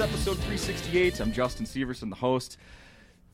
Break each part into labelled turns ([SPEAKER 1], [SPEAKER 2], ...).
[SPEAKER 1] episode 368. I'm Justin Severson, the host.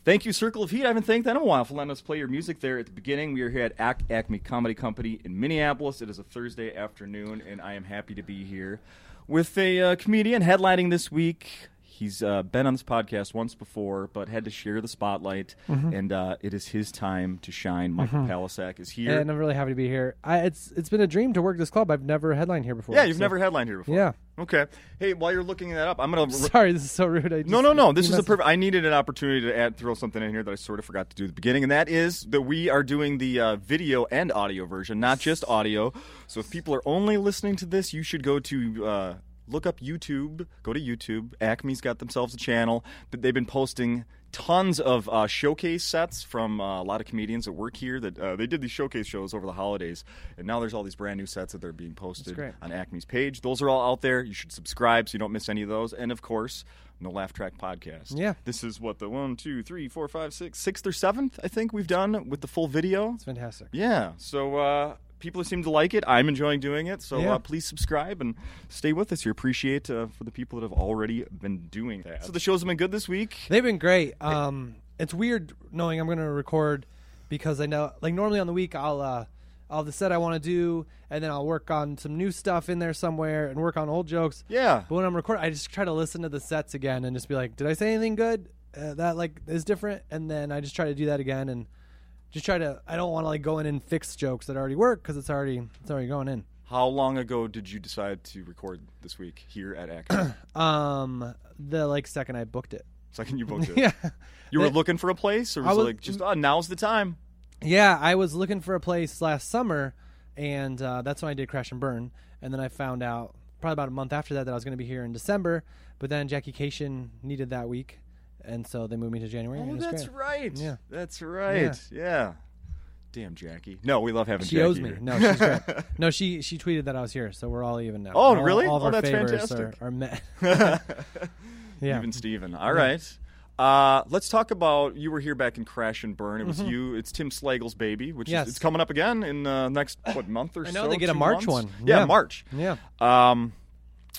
[SPEAKER 1] Thank you, Circle of Heat. I haven't thanked them in a while for letting us play your music there at the beginning. We are here at Ac- Acme Comedy Company in Minneapolis. It is a Thursday afternoon, and I am happy to be here with a uh, comedian headlining this week. He's uh, been on this podcast once before, but had to share the spotlight,
[SPEAKER 2] Mm-hmm.
[SPEAKER 1] and uh, it is his time to shine. Michael Palisak is here.
[SPEAKER 2] And I'm really happy to be here. I, it's it's been a dream to work this club. I've never headlined here before.
[SPEAKER 1] yeah, you've
[SPEAKER 2] so-
[SPEAKER 1] never headlined here before.
[SPEAKER 2] Yeah.
[SPEAKER 1] Okay. Hey, while you're looking that up, I'm going to
[SPEAKER 2] Sorry, this is so rude. I just,
[SPEAKER 1] No, no, no. This
[SPEAKER 2] you
[SPEAKER 1] is a
[SPEAKER 2] messed-
[SPEAKER 1] perfect. I needed an opportunity to add throw something in here that I sort of forgot to do at the beginning, and that is that we are doing the uh, video and audio version, not just audio. So if people are only listening to this, you should go to. Uh, Look up YouTube. Go to YouTube. Acme's got themselves a channel. But They've been posting tons of uh, showcase sets from uh, a lot of comedians that work here. That uh, they did these showcase shows over the holidays, and now there's all these brand new sets that they're being posted
[SPEAKER 2] great.
[SPEAKER 1] on Acme's page. Those are all out there. You should subscribe so you don't miss any of those. And of course, No Laugh Track Podcast.
[SPEAKER 2] Yeah.
[SPEAKER 1] This is what the one, two, three, four, five, six, sixth or seventh, I think we've done with the full video.
[SPEAKER 2] It's fantastic.
[SPEAKER 1] Yeah. So uh, people seem to like it. I'm enjoying doing it. So
[SPEAKER 2] Yeah.
[SPEAKER 1] uh, please subscribe and stay with us. You appreciate uh, for the people that have already been doing that. So the shows have been good this week.
[SPEAKER 2] They've been great. Um, it's weird knowing I'm going to record because I know, like, normally on the week I'll uh, I'll have the set I want to do, and then I'll work on some new stuff in there somewhere and work on old jokes.
[SPEAKER 1] Yeah.
[SPEAKER 2] But when I'm recording, I just try to listen to the sets again and just be like, did I say anything good uh, that like is different? And then I just try to do that again and just try to. I don't want to like go in and fix jokes that already work because it's already it's already going in.
[SPEAKER 1] How long ago did you decide to record this week here at Acme?
[SPEAKER 2] Um, the like second I booked it.
[SPEAKER 1] Second you booked it.
[SPEAKER 2] Yeah,
[SPEAKER 1] You were looking for a place, or was,
[SPEAKER 2] I
[SPEAKER 1] it
[SPEAKER 2] was-
[SPEAKER 1] like just oh, now's the time?
[SPEAKER 2] yeah. I was looking for a place last summer, and uh, that's when I did Crash and Burn. And then I found out probably about a month after that that I was going to be here in December. But then Jackie Cation needed that week, and so they moved me to January. and
[SPEAKER 1] Oh,
[SPEAKER 2] it's
[SPEAKER 1] that's
[SPEAKER 2] great.
[SPEAKER 1] right.
[SPEAKER 2] Yeah.
[SPEAKER 1] That's right. Yeah. Damn, Jackie. No, we love having
[SPEAKER 2] She
[SPEAKER 1] Jackie
[SPEAKER 2] owes me.
[SPEAKER 1] here.
[SPEAKER 2] No, she's great. no, she she tweeted that I was here, so we're all even now.
[SPEAKER 1] Oh,
[SPEAKER 2] All-
[SPEAKER 1] really?
[SPEAKER 2] All of
[SPEAKER 1] Oh,
[SPEAKER 2] our
[SPEAKER 1] that's
[SPEAKER 2] favors
[SPEAKER 1] fantastic.
[SPEAKER 2] are, are met. yeah.
[SPEAKER 1] Even Steven. All right. Uh, let's talk about you were here back in Crash and Burn. It was you. It's Tim Slagle's baby, which
[SPEAKER 2] Mm-hmm. Yes.
[SPEAKER 1] is it's coming up again in the next what month or
[SPEAKER 2] I
[SPEAKER 1] so.
[SPEAKER 2] know they get a
[SPEAKER 1] two
[SPEAKER 2] March
[SPEAKER 1] months?
[SPEAKER 2] one.
[SPEAKER 1] Yeah,
[SPEAKER 2] Yeah.
[SPEAKER 1] March.
[SPEAKER 2] yeah.
[SPEAKER 1] Um,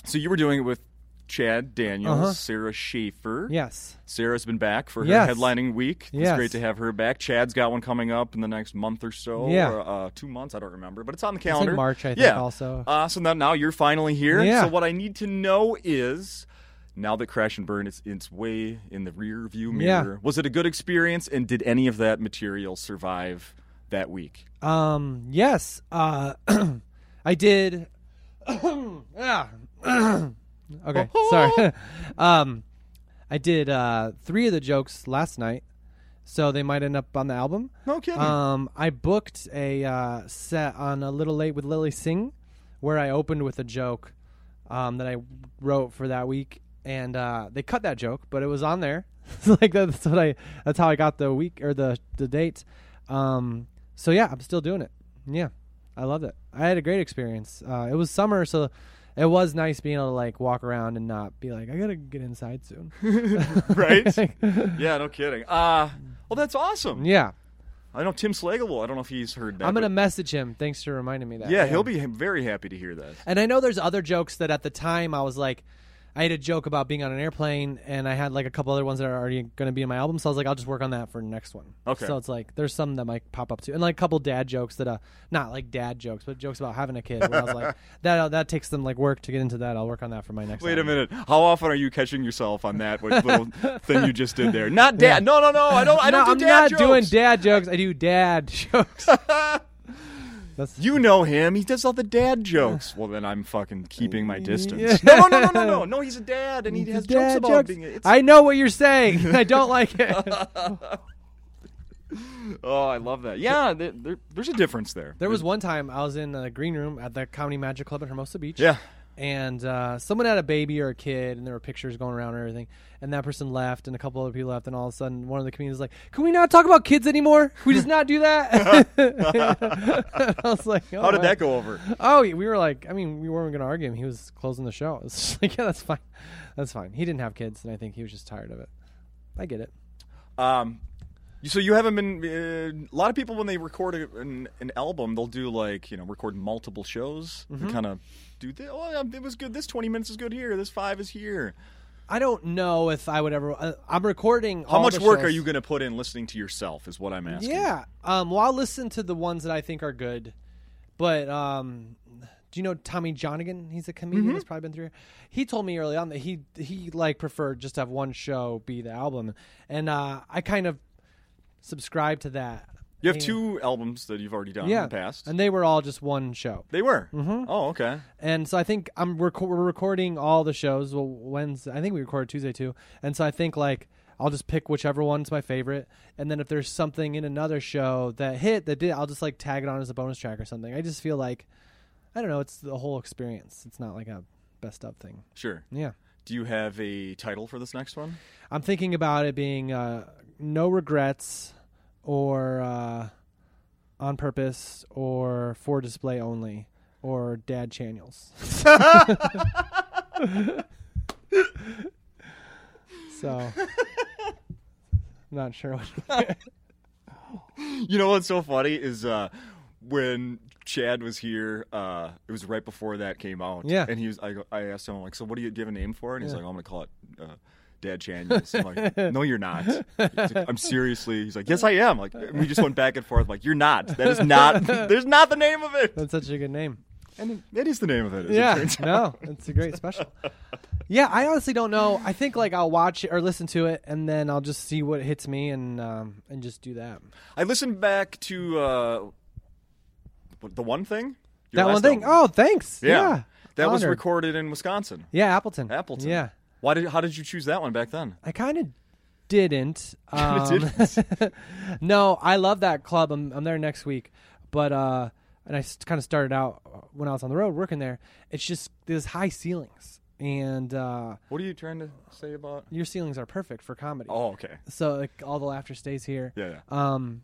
[SPEAKER 1] so you were doing it with Chad Daniels,
[SPEAKER 2] Uh-huh.
[SPEAKER 1] Sarah Schaefer.
[SPEAKER 2] Yes.
[SPEAKER 1] Sarah's been back for her
[SPEAKER 2] Yes.
[SPEAKER 1] headlining week. It's
[SPEAKER 2] Yes.
[SPEAKER 1] great to have her back. Chad's got one coming up in the next month or so.
[SPEAKER 2] Yeah.
[SPEAKER 1] Or, uh, two months, I don't remember, but it's on the calendar.
[SPEAKER 2] March, I think, also.
[SPEAKER 1] Uh, so now, now you're finally here.
[SPEAKER 2] Yeah.
[SPEAKER 1] So what I need to know is now that Crash and Burn is its way in the rear view
[SPEAKER 2] Yeah.
[SPEAKER 1] mirror, was it a good experience and did any of that material survive that week?
[SPEAKER 2] Um. Yes. Uh. I did. ah. okay.
[SPEAKER 1] Oh.
[SPEAKER 2] Sorry. um. I did uh, three of the jokes last night, so they might end up on the album.
[SPEAKER 1] No kidding.
[SPEAKER 2] Um, I booked a uh, set on a little late with Lily Singh, where I opened with a joke um, that I wrote for that week, and uh, they cut that joke, but it was on there. So, like that's what I that's how I got the week or the the date. Um, so yeah, I'm still doing it. Yeah, I love it. I had a great experience. Uh, it was summer, so it was nice being able to like walk around and not be like I gotta get inside soon.
[SPEAKER 1] right? yeah, no kidding. Uh, well, that's awesome.
[SPEAKER 2] yeah,
[SPEAKER 1] I know Tim Slagle, will- I don't know if he's heard that.
[SPEAKER 2] I'm gonna
[SPEAKER 1] but-
[SPEAKER 2] message him. Thanks for reminding me that.
[SPEAKER 1] yeah, he'll be very happy to hear that.
[SPEAKER 2] And I know there's other jokes that at the time I was like, I had a joke about being on an airplane, and I had like a couple other ones that are already going to be in my album. So I was like, I'll just work on that for next one.
[SPEAKER 1] Okay.
[SPEAKER 2] So it's like there's some that might pop up too, and like a couple dad jokes that uh, not like dad jokes, but jokes about having a kid. Where I was like, that uh, that takes them like work to get into that. I'll work on that for my next.
[SPEAKER 1] Wait a
[SPEAKER 2] album.
[SPEAKER 1] minute. How often are you catching yourself on that what little thing you just did there? Not dad. No, no, no. I don't. I don't
[SPEAKER 2] no,
[SPEAKER 1] do
[SPEAKER 2] I'm
[SPEAKER 1] dad
[SPEAKER 2] not
[SPEAKER 1] jokes.
[SPEAKER 2] doing dad jokes. I do dad jokes. That's
[SPEAKER 1] You know him. He does all the dad jokes. Well, then I'm fucking keeping my
[SPEAKER 2] Yeah.
[SPEAKER 1] distance. No, no, no, no, no, no. No, he's a dad, and he has jokes
[SPEAKER 2] dad
[SPEAKER 1] about
[SPEAKER 2] jokes.
[SPEAKER 1] being. A, it's,
[SPEAKER 2] I know what you're saying. I don't like it.
[SPEAKER 1] oh, I love that. Yeah, there, there, there's a difference there.
[SPEAKER 2] There was one time I was in the green room at the Comedy Magic Club in Hermosa Beach.
[SPEAKER 1] Yeah.
[SPEAKER 2] And uh, someone had a baby or a kid, and there were pictures going around and everything. And that person left, and a couple other people left, and all of a sudden, one of the comedians was like, "Can we not talk about kids anymore? Can we just not do that?" I was like, oh,
[SPEAKER 1] How did
[SPEAKER 2] wow.
[SPEAKER 1] that go over?
[SPEAKER 2] Oh, we were like, I mean, we weren't gonna argue him. He was closing the show. It's just like, yeah, that's fine, that's fine. He didn't have kids, and I think he was just tired of it. I get it.
[SPEAKER 1] Um, you- so you haven't been. Uh, a lot of people when they record a, an, an album, they'll do like you know record multiple
[SPEAKER 2] Mm-hmm.
[SPEAKER 1] shows. They kind of do. The, oh, um, it was good. This twenty minutes is good here. This five is here.
[SPEAKER 2] I don't know if I would ever. I- I'm recording.
[SPEAKER 1] How
[SPEAKER 2] all
[SPEAKER 1] much
[SPEAKER 2] the
[SPEAKER 1] work are
[SPEAKER 2] shows.
[SPEAKER 1] you going to put in listening to yourself? Is what I'm asking.
[SPEAKER 2] Yeah. Um, well, I'll listen to the ones that I think are good. But um, do you know Tommy Jonigan? He's a comedian.
[SPEAKER 1] Mm-hmm.
[SPEAKER 2] He's probably been through. here. He told me early on that he he like preferred just to have one show be the album, and uh, I kind of subscribe to that.
[SPEAKER 1] You have
[SPEAKER 2] And-
[SPEAKER 1] two albums that you've already done
[SPEAKER 2] yeah,
[SPEAKER 1] in the past.
[SPEAKER 2] and they were all just one show.
[SPEAKER 1] they were.
[SPEAKER 2] Mm-hmm.
[SPEAKER 1] Oh, okay.
[SPEAKER 2] And so I think I'm rec- we're recording all the shows. Well, Wednesday, I think we recorded Tuesday too. And so I think like I'll just pick whichever one's my favorite. And then if there's something in another show that hit that did, I'll just like tag it on as a bonus track or something. I just feel like I don't know. It's the whole experience. It's not like a best of thing.
[SPEAKER 1] Sure.
[SPEAKER 2] Yeah,
[SPEAKER 1] Do you have a title for this next one?
[SPEAKER 2] I'm thinking about it being uh, no regrets or uh, on purpose or for display only or dad channels. So, not sure what.
[SPEAKER 1] You know what's so funny is uh, when Chad was here. Uh, it was right before that came out.
[SPEAKER 2] Yeah.
[SPEAKER 1] And he was. I, go- I asked him like, so what do you do you have a name for it? And he's like, oh, I'm going to call it. Uh, Dad Chaniels. I'm like, no, you're not. He's like, I'm seriously. He's like, yes, I am. Like, and we just went back and forth. Like, you're not. That is not. There's not the name of it.
[SPEAKER 2] That's such a good name.
[SPEAKER 1] And it is the name of it. as it
[SPEAKER 2] Yeah,
[SPEAKER 1] turns out.
[SPEAKER 2] no, it's a great special. Yeah, I honestly don't know. I think like I'll watch it or listen to it, and then I'll just see what hits me, and um, and just do that.
[SPEAKER 1] I listened back to uh, the one thing. Your
[SPEAKER 2] that one
[SPEAKER 1] last
[SPEAKER 2] thing.
[SPEAKER 1] album.
[SPEAKER 2] Oh, thanks. Yeah,
[SPEAKER 1] that was
[SPEAKER 2] Honored.
[SPEAKER 1] recorded in Wisconsin,
[SPEAKER 2] Yeah, Appleton.
[SPEAKER 1] Appleton.
[SPEAKER 2] Yeah,
[SPEAKER 1] Why did? How did you choose that one back then?
[SPEAKER 2] I kind of didn't. Um,
[SPEAKER 1] Kinda
[SPEAKER 2] no, I love that club. I'm, I'm there next week, but uh, and I kind of started out uh, when I was on the road working there. It's just there's high ceilings, and uh,
[SPEAKER 1] What are you trying to say about?
[SPEAKER 2] your ceilings are perfect for comedy.
[SPEAKER 1] Oh, okay.
[SPEAKER 2] So like all the laughter stays here.
[SPEAKER 1] Yeah, yeah.
[SPEAKER 2] Um,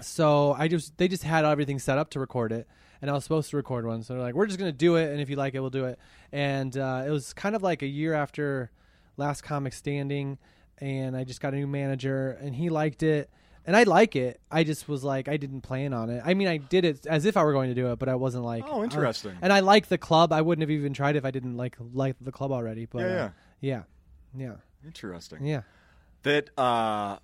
[SPEAKER 2] so I just they just had everything set up to record it, and I was supposed to record one. So they're like, we're just gonna do it, and if you like it, we'll do it. And uh, it was kind of like a year after Last Comic Standing, and I just got a new manager, and he liked it. And I like it. I just was like, I didn't plan on it. I mean, I did it as if I were going to do it, but I wasn't like.
[SPEAKER 1] Oh, interesting.
[SPEAKER 2] and I like the club. I wouldn't have even tried if I didn't like like the club already. But
[SPEAKER 1] Yeah,
[SPEAKER 2] uh, yeah, yeah,
[SPEAKER 1] Interesting.
[SPEAKER 2] yeah,
[SPEAKER 1] That uh,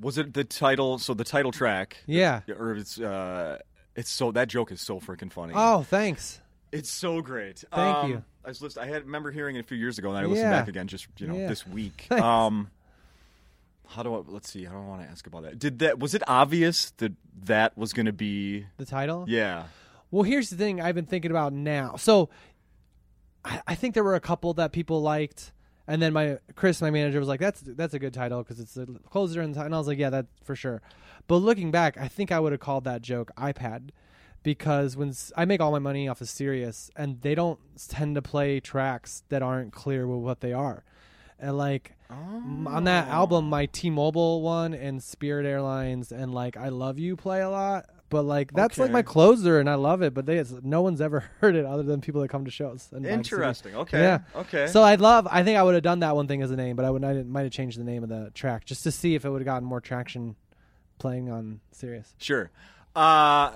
[SPEAKER 1] was it. The title. So the title track,
[SPEAKER 2] yeah.
[SPEAKER 1] or it's uh, it's so that joke is so freaking funny.
[SPEAKER 2] Oh, thanks.
[SPEAKER 1] It's so great.
[SPEAKER 2] Thank
[SPEAKER 1] Um,
[SPEAKER 2] you.
[SPEAKER 1] I was list- I had remember hearing it a few years ago, and I listened
[SPEAKER 2] Yeah.
[SPEAKER 1] back again just you know
[SPEAKER 2] Yeah.
[SPEAKER 1] this week.
[SPEAKER 2] Thanks.
[SPEAKER 1] Um, how do I? Let's see. I don't want to ask about that. Did that? Was it obvious that that was going to be?
[SPEAKER 2] The title?
[SPEAKER 1] Yeah.
[SPEAKER 2] Well, here's the thing I've been thinking about now. So I, I think there were a couple that people liked. And then my Chris, my manager, was like, "That's that's a good title because it's uh, a closer." And, and I was like, "Yeah, that for sure." But looking back, I think I would have called that joke iPad because when s- I make all my money off of Sirius, and they don't tend to play tracks that aren't clear with what they are, and like
[SPEAKER 1] Um,
[SPEAKER 2] m- on
[SPEAKER 1] Oh.
[SPEAKER 2] that album, my T-Mobile one and Spirit Airlines and like I Love You play a lot, but like that's like
[SPEAKER 1] Okay.
[SPEAKER 2] my closer and I love it, but they it's, no one's ever heard it other than people that come to shows. And buy the CD.
[SPEAKER 1] Interesting. Okay.
[SPEAKER 2] Yeah.
[SPEAKER 1] Okay.
[SPEAKER 2] So I love. I think I would have done that one thing as a name, but I would I might have changed the name of the track just to see if it would have gotten more traction playing on Sirius.
[SPEAKER 1] sure. Uh,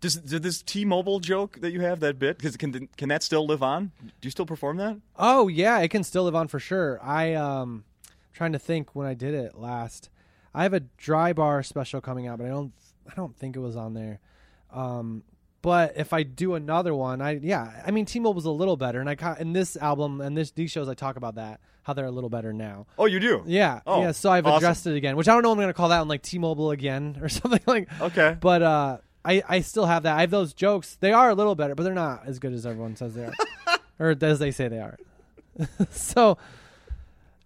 [SPEAKER 1] does did this T-Mobile joke that you have that bit? Because can can that still live on? Do you still perform that?
[SPEAKER 2] Oh yeah, it can still live on for sure. I um trying to think when I did it last. I have a dry bar special coming out, but I don't I don't think it was on there. Um but if I do another one, I yeah, I mean T-Mobile was a little better and I ca- in this album and this these shows I talk about that how they're a little better now.
[SPEAKER 1] Oh, you do.
[SPEAKER 2] Yeah.
[SPEAKER 1] Oh,
[SPEAKER 2] yeah, so I've
[SPEAKER 1] awesome.
[SPEAKER 2] addressed it again, which I don't know what I'm going to call that one like T-Mobile again or something like
[SPEAKER 1] Okay.
[SPEAKER 2] But uh I I still have that. I have those jokes. They are a little better, but they're not as good as everyone says they are. or as they say they are. so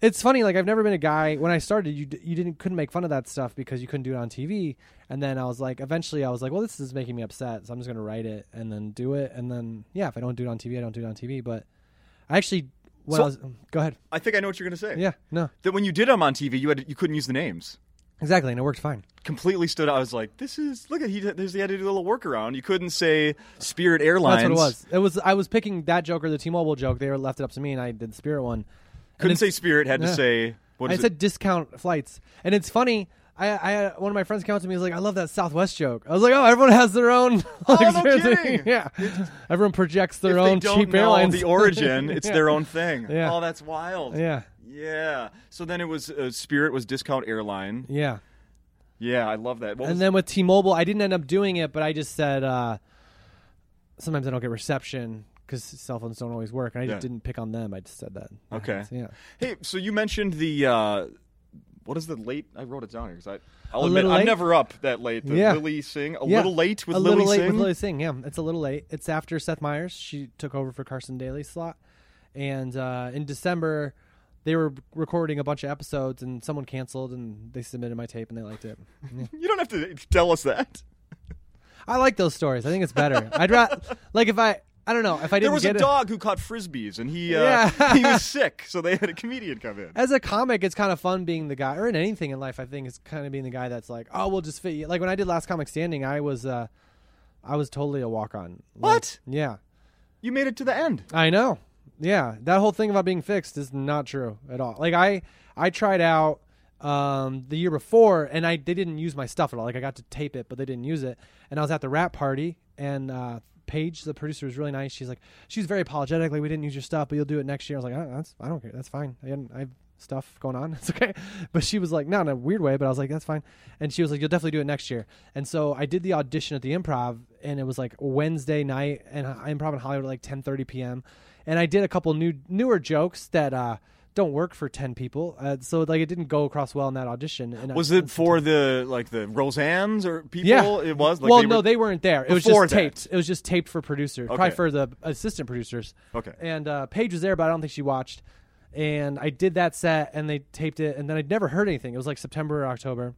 [SPEAKER 2] it's funny like I've never been a guy when I started you d- you didn't couldn't make fun of that stuff because you couldn't do it on TV and then I was like eventually I was like well this is making me upset so I'm just going to write it and then do it and then yeah if I don't do it on TV I don't do it on TV but I actually when I
[SPEAKER 1] So-
[SPEAKER 2] was um, go ahead
[SPEAKER 1] I think I know what you're going to say.
[SPEAKER 2] yeah no
[SPEAKER 1] That when you did them on TV, you had you couldn't use the names.
[SPEAKER 2] exactly and it worked fine
[SPEAKER 1] completely stood out. I was like, "This is look at he. There's he had to do a little workaround. You couldn't say Spirit Airlines.
[SPEAKER 2] That's what it was. It was I was picking that joke or the T-Mobile joke. They left it up to me, and I did the Spirit one. And
[SPEAKER 1] Couldn't
[SPEAKER 2] it's-
[SPEAKER 1] say Spirit. Had
[SPEAKER 2] Yeah.
[SPEAKER 1] to say what
[SPEAKER 2] I
[SPEAKER 1] is it?
[SPEAKER 2] said discount flights, and it's funny I, I had one of my friends came up to me. He's like, "I love that Southwest joke." I was like, "Oh, everyone has their own."
[SPEAKER 1] Oh, no
[SPEAKER 2] experience."
[SPEAKER 1] kidding.
[SPEAKER 2] yeah, everyone projects
[SPEAKER 1] If
[SPEAKER 2] their
[SPEAKER 1] they
[SPEAKER 2] own
[SPEAKER 1] don't
[SPEAKER 2] cheap
[SPEAKER 1] know
[SPEAKER 2] airlines.
[SPEAKER 1] the origin, it's
[SPEAKER 2] Yeah.
[SPEAKER 1] their own thing.
[SPEAKER 2] Yeah.
[SPEAKER 1] Oh, that's wild.
[SPEAKER 2] Yeah,
[SPEAKER 1] Yeah. So then it was uh, Spirit was discount airline.
[SPEAKER 2] yeah.
[SPEAKER 1] Yeah, I love that. What was-
[SPEAKER 2] And then with T-Mobile, I didn't end up doing it, but I just said uh, sometimes I don't get reception because cell phones don't always work, and I just
[SPEAKER 1] Yeah.
[SPEAKER 2] didn't pick on them. I just said that.
[SPEAKER 1] Okay.
[SPEAKER 2] So, yeah.
[SPEAKER 1] hey, so you mentioned the uh, what is the late? I wrote it down here because I'll
[SPEAKER 2] A
[SPEAKER 1] admit
[SPEAKER 2] Little
[SPEAKER 1] I'm
[SPEAKER 2] Late?
[SPEAKER 1] never up that late. The
[SPEAKER 2] Yeah.
[SPEAKER 1] Lily Singh, a
[SPEAKER 2] Yeah.
[SPEAKER 1] little late with
[SPEAKER 2] a
[SPEAKER 1] Lily
[SPEAKER 2] little late
[SPEAKER 1] Singh.
[SPEAKER 2] with Lily Singh. Yeah, it's a little late. It's after Seth Meyers. She took over for Carson Daly's slot, and uh, in December they were recording a bunch of episodes, and someone canceled, and they submitted my tape, and they liked it. Yeah.
[SPEAKER 1] You don't have to tell us that.
[SPEAKER 2] I like those stories. I think it's better. I'd rather like if I I don't know if I didn't
[SPEAKER 1] There was a
[SPEAKER 2] get it-
[SPEAKER 1] dog who caught frisbees, and he uh,
[SPEAKER 2] Yeah.
[SPEAKER 1] he was sick, so they had a comedian come in.
[SPEAKER 2] as a comic, it's kind of fun being the guy, or in anything in life, I think it's kind of being the guy that's like, oh, we'll just fit you. Like when I did Last Comic Standing, I was, uh, I was totally a walk on.
[SPEAKER 1] What?
[SPEAKER 2] yeah,
[SPEAKER 1] You made it to the end.
[SPEAKER 2] I know. Yeah, that whole thing about being fixed is not true at all. Like I, I tried out um, the year before, and I they didn't use my stuff at all. Like I got to tape it, but they didn't use it. And I was at the rap party, and uh, Paige, the producer, was really nice. She's like, she's very apologetic. Like we didn't use your stuff, but you'll do it next year. I was like, oh, that's I don't care. That's fine. I, didn't- I have stuff going on. It's okay. But she was like, not in a weird way. But I was like, that's fine. And she was like, you'll definitely do it next year. And so I did the audition at the Improv, and it was like Wednesday night, and I- Improv in Hollywood at like 10:30 p.m. And I did a couple new newer jokes that. uh don't work for 10 people uh, so like it didn't go across well in that audition and I-
[SPEAKER 1] Was it for the like the Roseanne's or people?
[SPEAKER 2] yeah,
[SPEAKER 1] It was. Like
[SPEAKER 2] well,
[SPEAKER 1] they
[SPEAKER 2] no,
[SPEAKER 1] were-
[SPEAKER 2] they weren't there. It was
[SPEAKER 1] Before
[SPEAKER 2] just
[SPEAKER 1] that.
[SPEAKER 2] taped. It was just taped for producer, probably
[SPEAKER 1] Okay.
[SPEAKER 2] for the assistant producers.
[SPEAKER 1] Okay.
[SPEAKER 2] And uh, Paige was there, but I don't think she watched. And I did that set, and they taped it, and then I'd never heard anything. It was like September or October,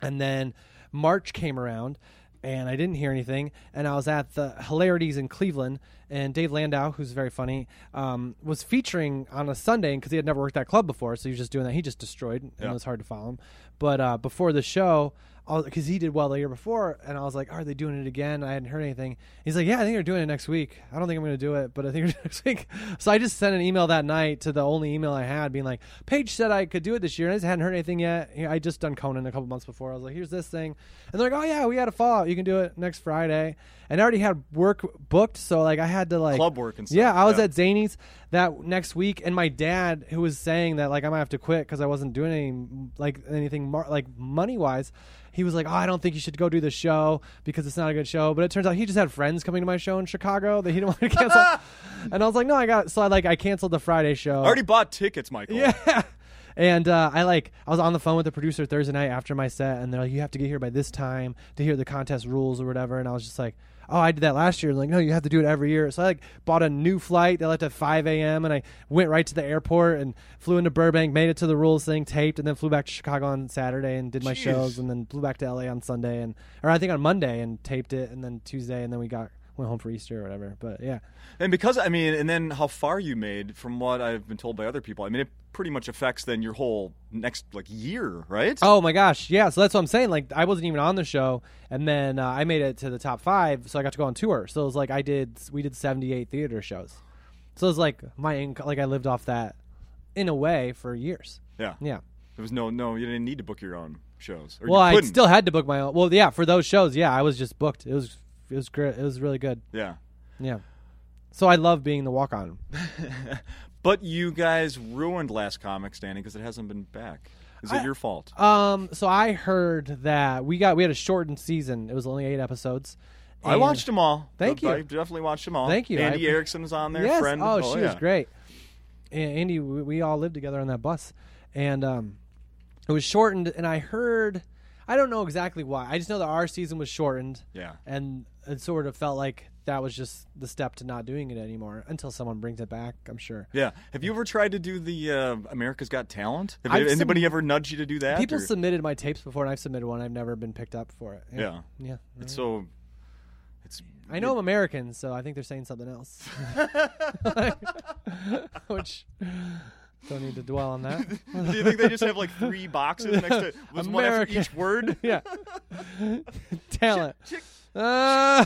[SPEAKER 2] and then March came around, and I didn't hear anything. And I was at the Hilarities in Cleveland, and Dave Landau, who's very funny, um, was featuring on a Sunday because he had never worked that club before, so he was just doing that. He just destroyed, and
[SPEAKER 1] Yeah.
[SPEAKER 2] it was hard to follow him. But uh, before the show, because he did well the year before, and I was like, "Are they doing it again?" I hadn't heard anything. He's like, "Yeah, I think they're doing it next week. I don't think I'm going to do it, but I think they're doing it next week." So I just sent an email that night to the only email I had, being like, "Paige said I could do it this year, and I just hadn't heard anything yet. You know, I just done Conan a couple months before. I was like, "Here's this thing," and they're like, "Oh yeah, we had a fallout. You can do it next Friday." And I already had work booked, so like I had to like
[SPEAKER 1] Club work and stuff.
[SPEAKER 2] Yeah, I was
[SPEAKER 1] Yeah.
[SPEAKER 2] at Zanies that next week, and my dad, who was saying that like I might have to quit because I wasn't doing any like anything mar- like money wise, he was like, "Oh, I don't think you should go do the show because it's not a good show." But it turns out he just had friends coming to my show in Chicago that he didn't want to cancel, and I was like, "No, I got it." so I like I canceled the Friday show.
[SPEAKER 1] I already bought tickets, Michael.
[SPEAKER 2] Yeah. And uh, I like I was on the phone with the producer Thursday night after my set, and they're like, "You have to get here by this time to hear the contest rules or whatever." And I was just like, "Oh, I did that last year." like, no, you have to do it every year. So I like bought a new flight that left at 5 a.m. and I went right to the airport and flew into Burbank, made it to the rules thing, taped, and then flew back to Chicago on Saturday and did my
[SPEAKER 1] Jeez.
[SPEAKER 2] shows, and then flew back to LA on Sunday and or I think on Monday and taped it, and then Tuesday, and then we got went home for Easter or whatever. But yeah,
[SPEAKER 1] And because I mean, and then how far you made, from what I've been told by other people, I mean, it pretty much affects then your whole next like year, right?
[SPEAKER 2] Oh my gosh, yeah. So that's what I'm saying. Like I wasn't even on the show, and then uh, I made it to the top five, so I got to go on tour. So it was like I did, we did 78 theater shows. So it was like my income, like I lived off that in a way for years.
[SPEAKER 1] Yeah.
[SPEAKER 2] Yeah.
[SPEAKER 1] There was no, no, you didn't need to book your own shows. Or
[SPEAKER 2] Well,
[SPEAKER 1] you
[SPEAKER 2] I
[SPEAKER 1] couldn't.
[SPEAKER 2] still had to book my own. Well, yeah, for those shows, yeah, I was just booked. It was it was great. It was really good.
[SPEAKER 1] Yeah.
[SPEAKER 2] Yeah. So I love being the walk on.
[SPEAKER 1] But you guys ruined Last Comic Standing because it hasn't been back. Is it your fault?
[SPEAKER 2] Um. So I heard that we got we had a shortened season. It was only eight episodes.
[SPEAKER 1] I
[SPEAKER 2] And-
[SPEAKER 1] watched them all.
[SPEAKER 2] Thank
[SPEAKER 1] I
[SPEAKER 2] you.
[SPEAKER 1] definitely watched them all.
[SPEAKER 2] Thank you.
[SPEAKER 1] Andy
[SPEAKER 2] I-
[SPEAKER 1] Erickson was on there.
[SPEAKER 2] yes.
[SPEAKER 1] Friend.
[SPEAKER 2] Oh, she
[SPEAKER 1] yeah.
[SPEAKER 2] was great. And Andy, we, we all lived together on that bus, and um, it was shortened. And I heard, I don't know exactly why. I just know that our season was shortened,
[SPEAKER 1] Yeah.
[SPEAKER 2] and it sort of felt like that was just the step to not doing it anymore until someone brings it back. I'm sure.
[SPEAKER 1] Yeah. Have you ever tried to do the uh, America's Got Talent? Have
[SPEAKER 2] I've
[SPEAKER 1] anybody ever nudged you to do that?
[SPEAKER 2] People
[SPEAKER 1] or-
[SPEAKER 2] submitted my tapes before, and I've submitted one. I've never been picked up for it.
[SPEAKER 1] Yeah. Mm-hmm.
[SPEAKER 2] yeah.
[SPEAKER 1] It's so. It's.
[SPEAKER 2] I know I'm American, so I think they're saying something else. Which Don't need to dwell on that.
[SPEAKER 1] Do you think they just have like three boxes next to was one after
[SPEAKER 2] American.
[SPEAKER 1] each word?
[SPEAKER 2] yeah. Talent.
[SPEAKER 1] Chick-
[SPEAKER 2] Uh,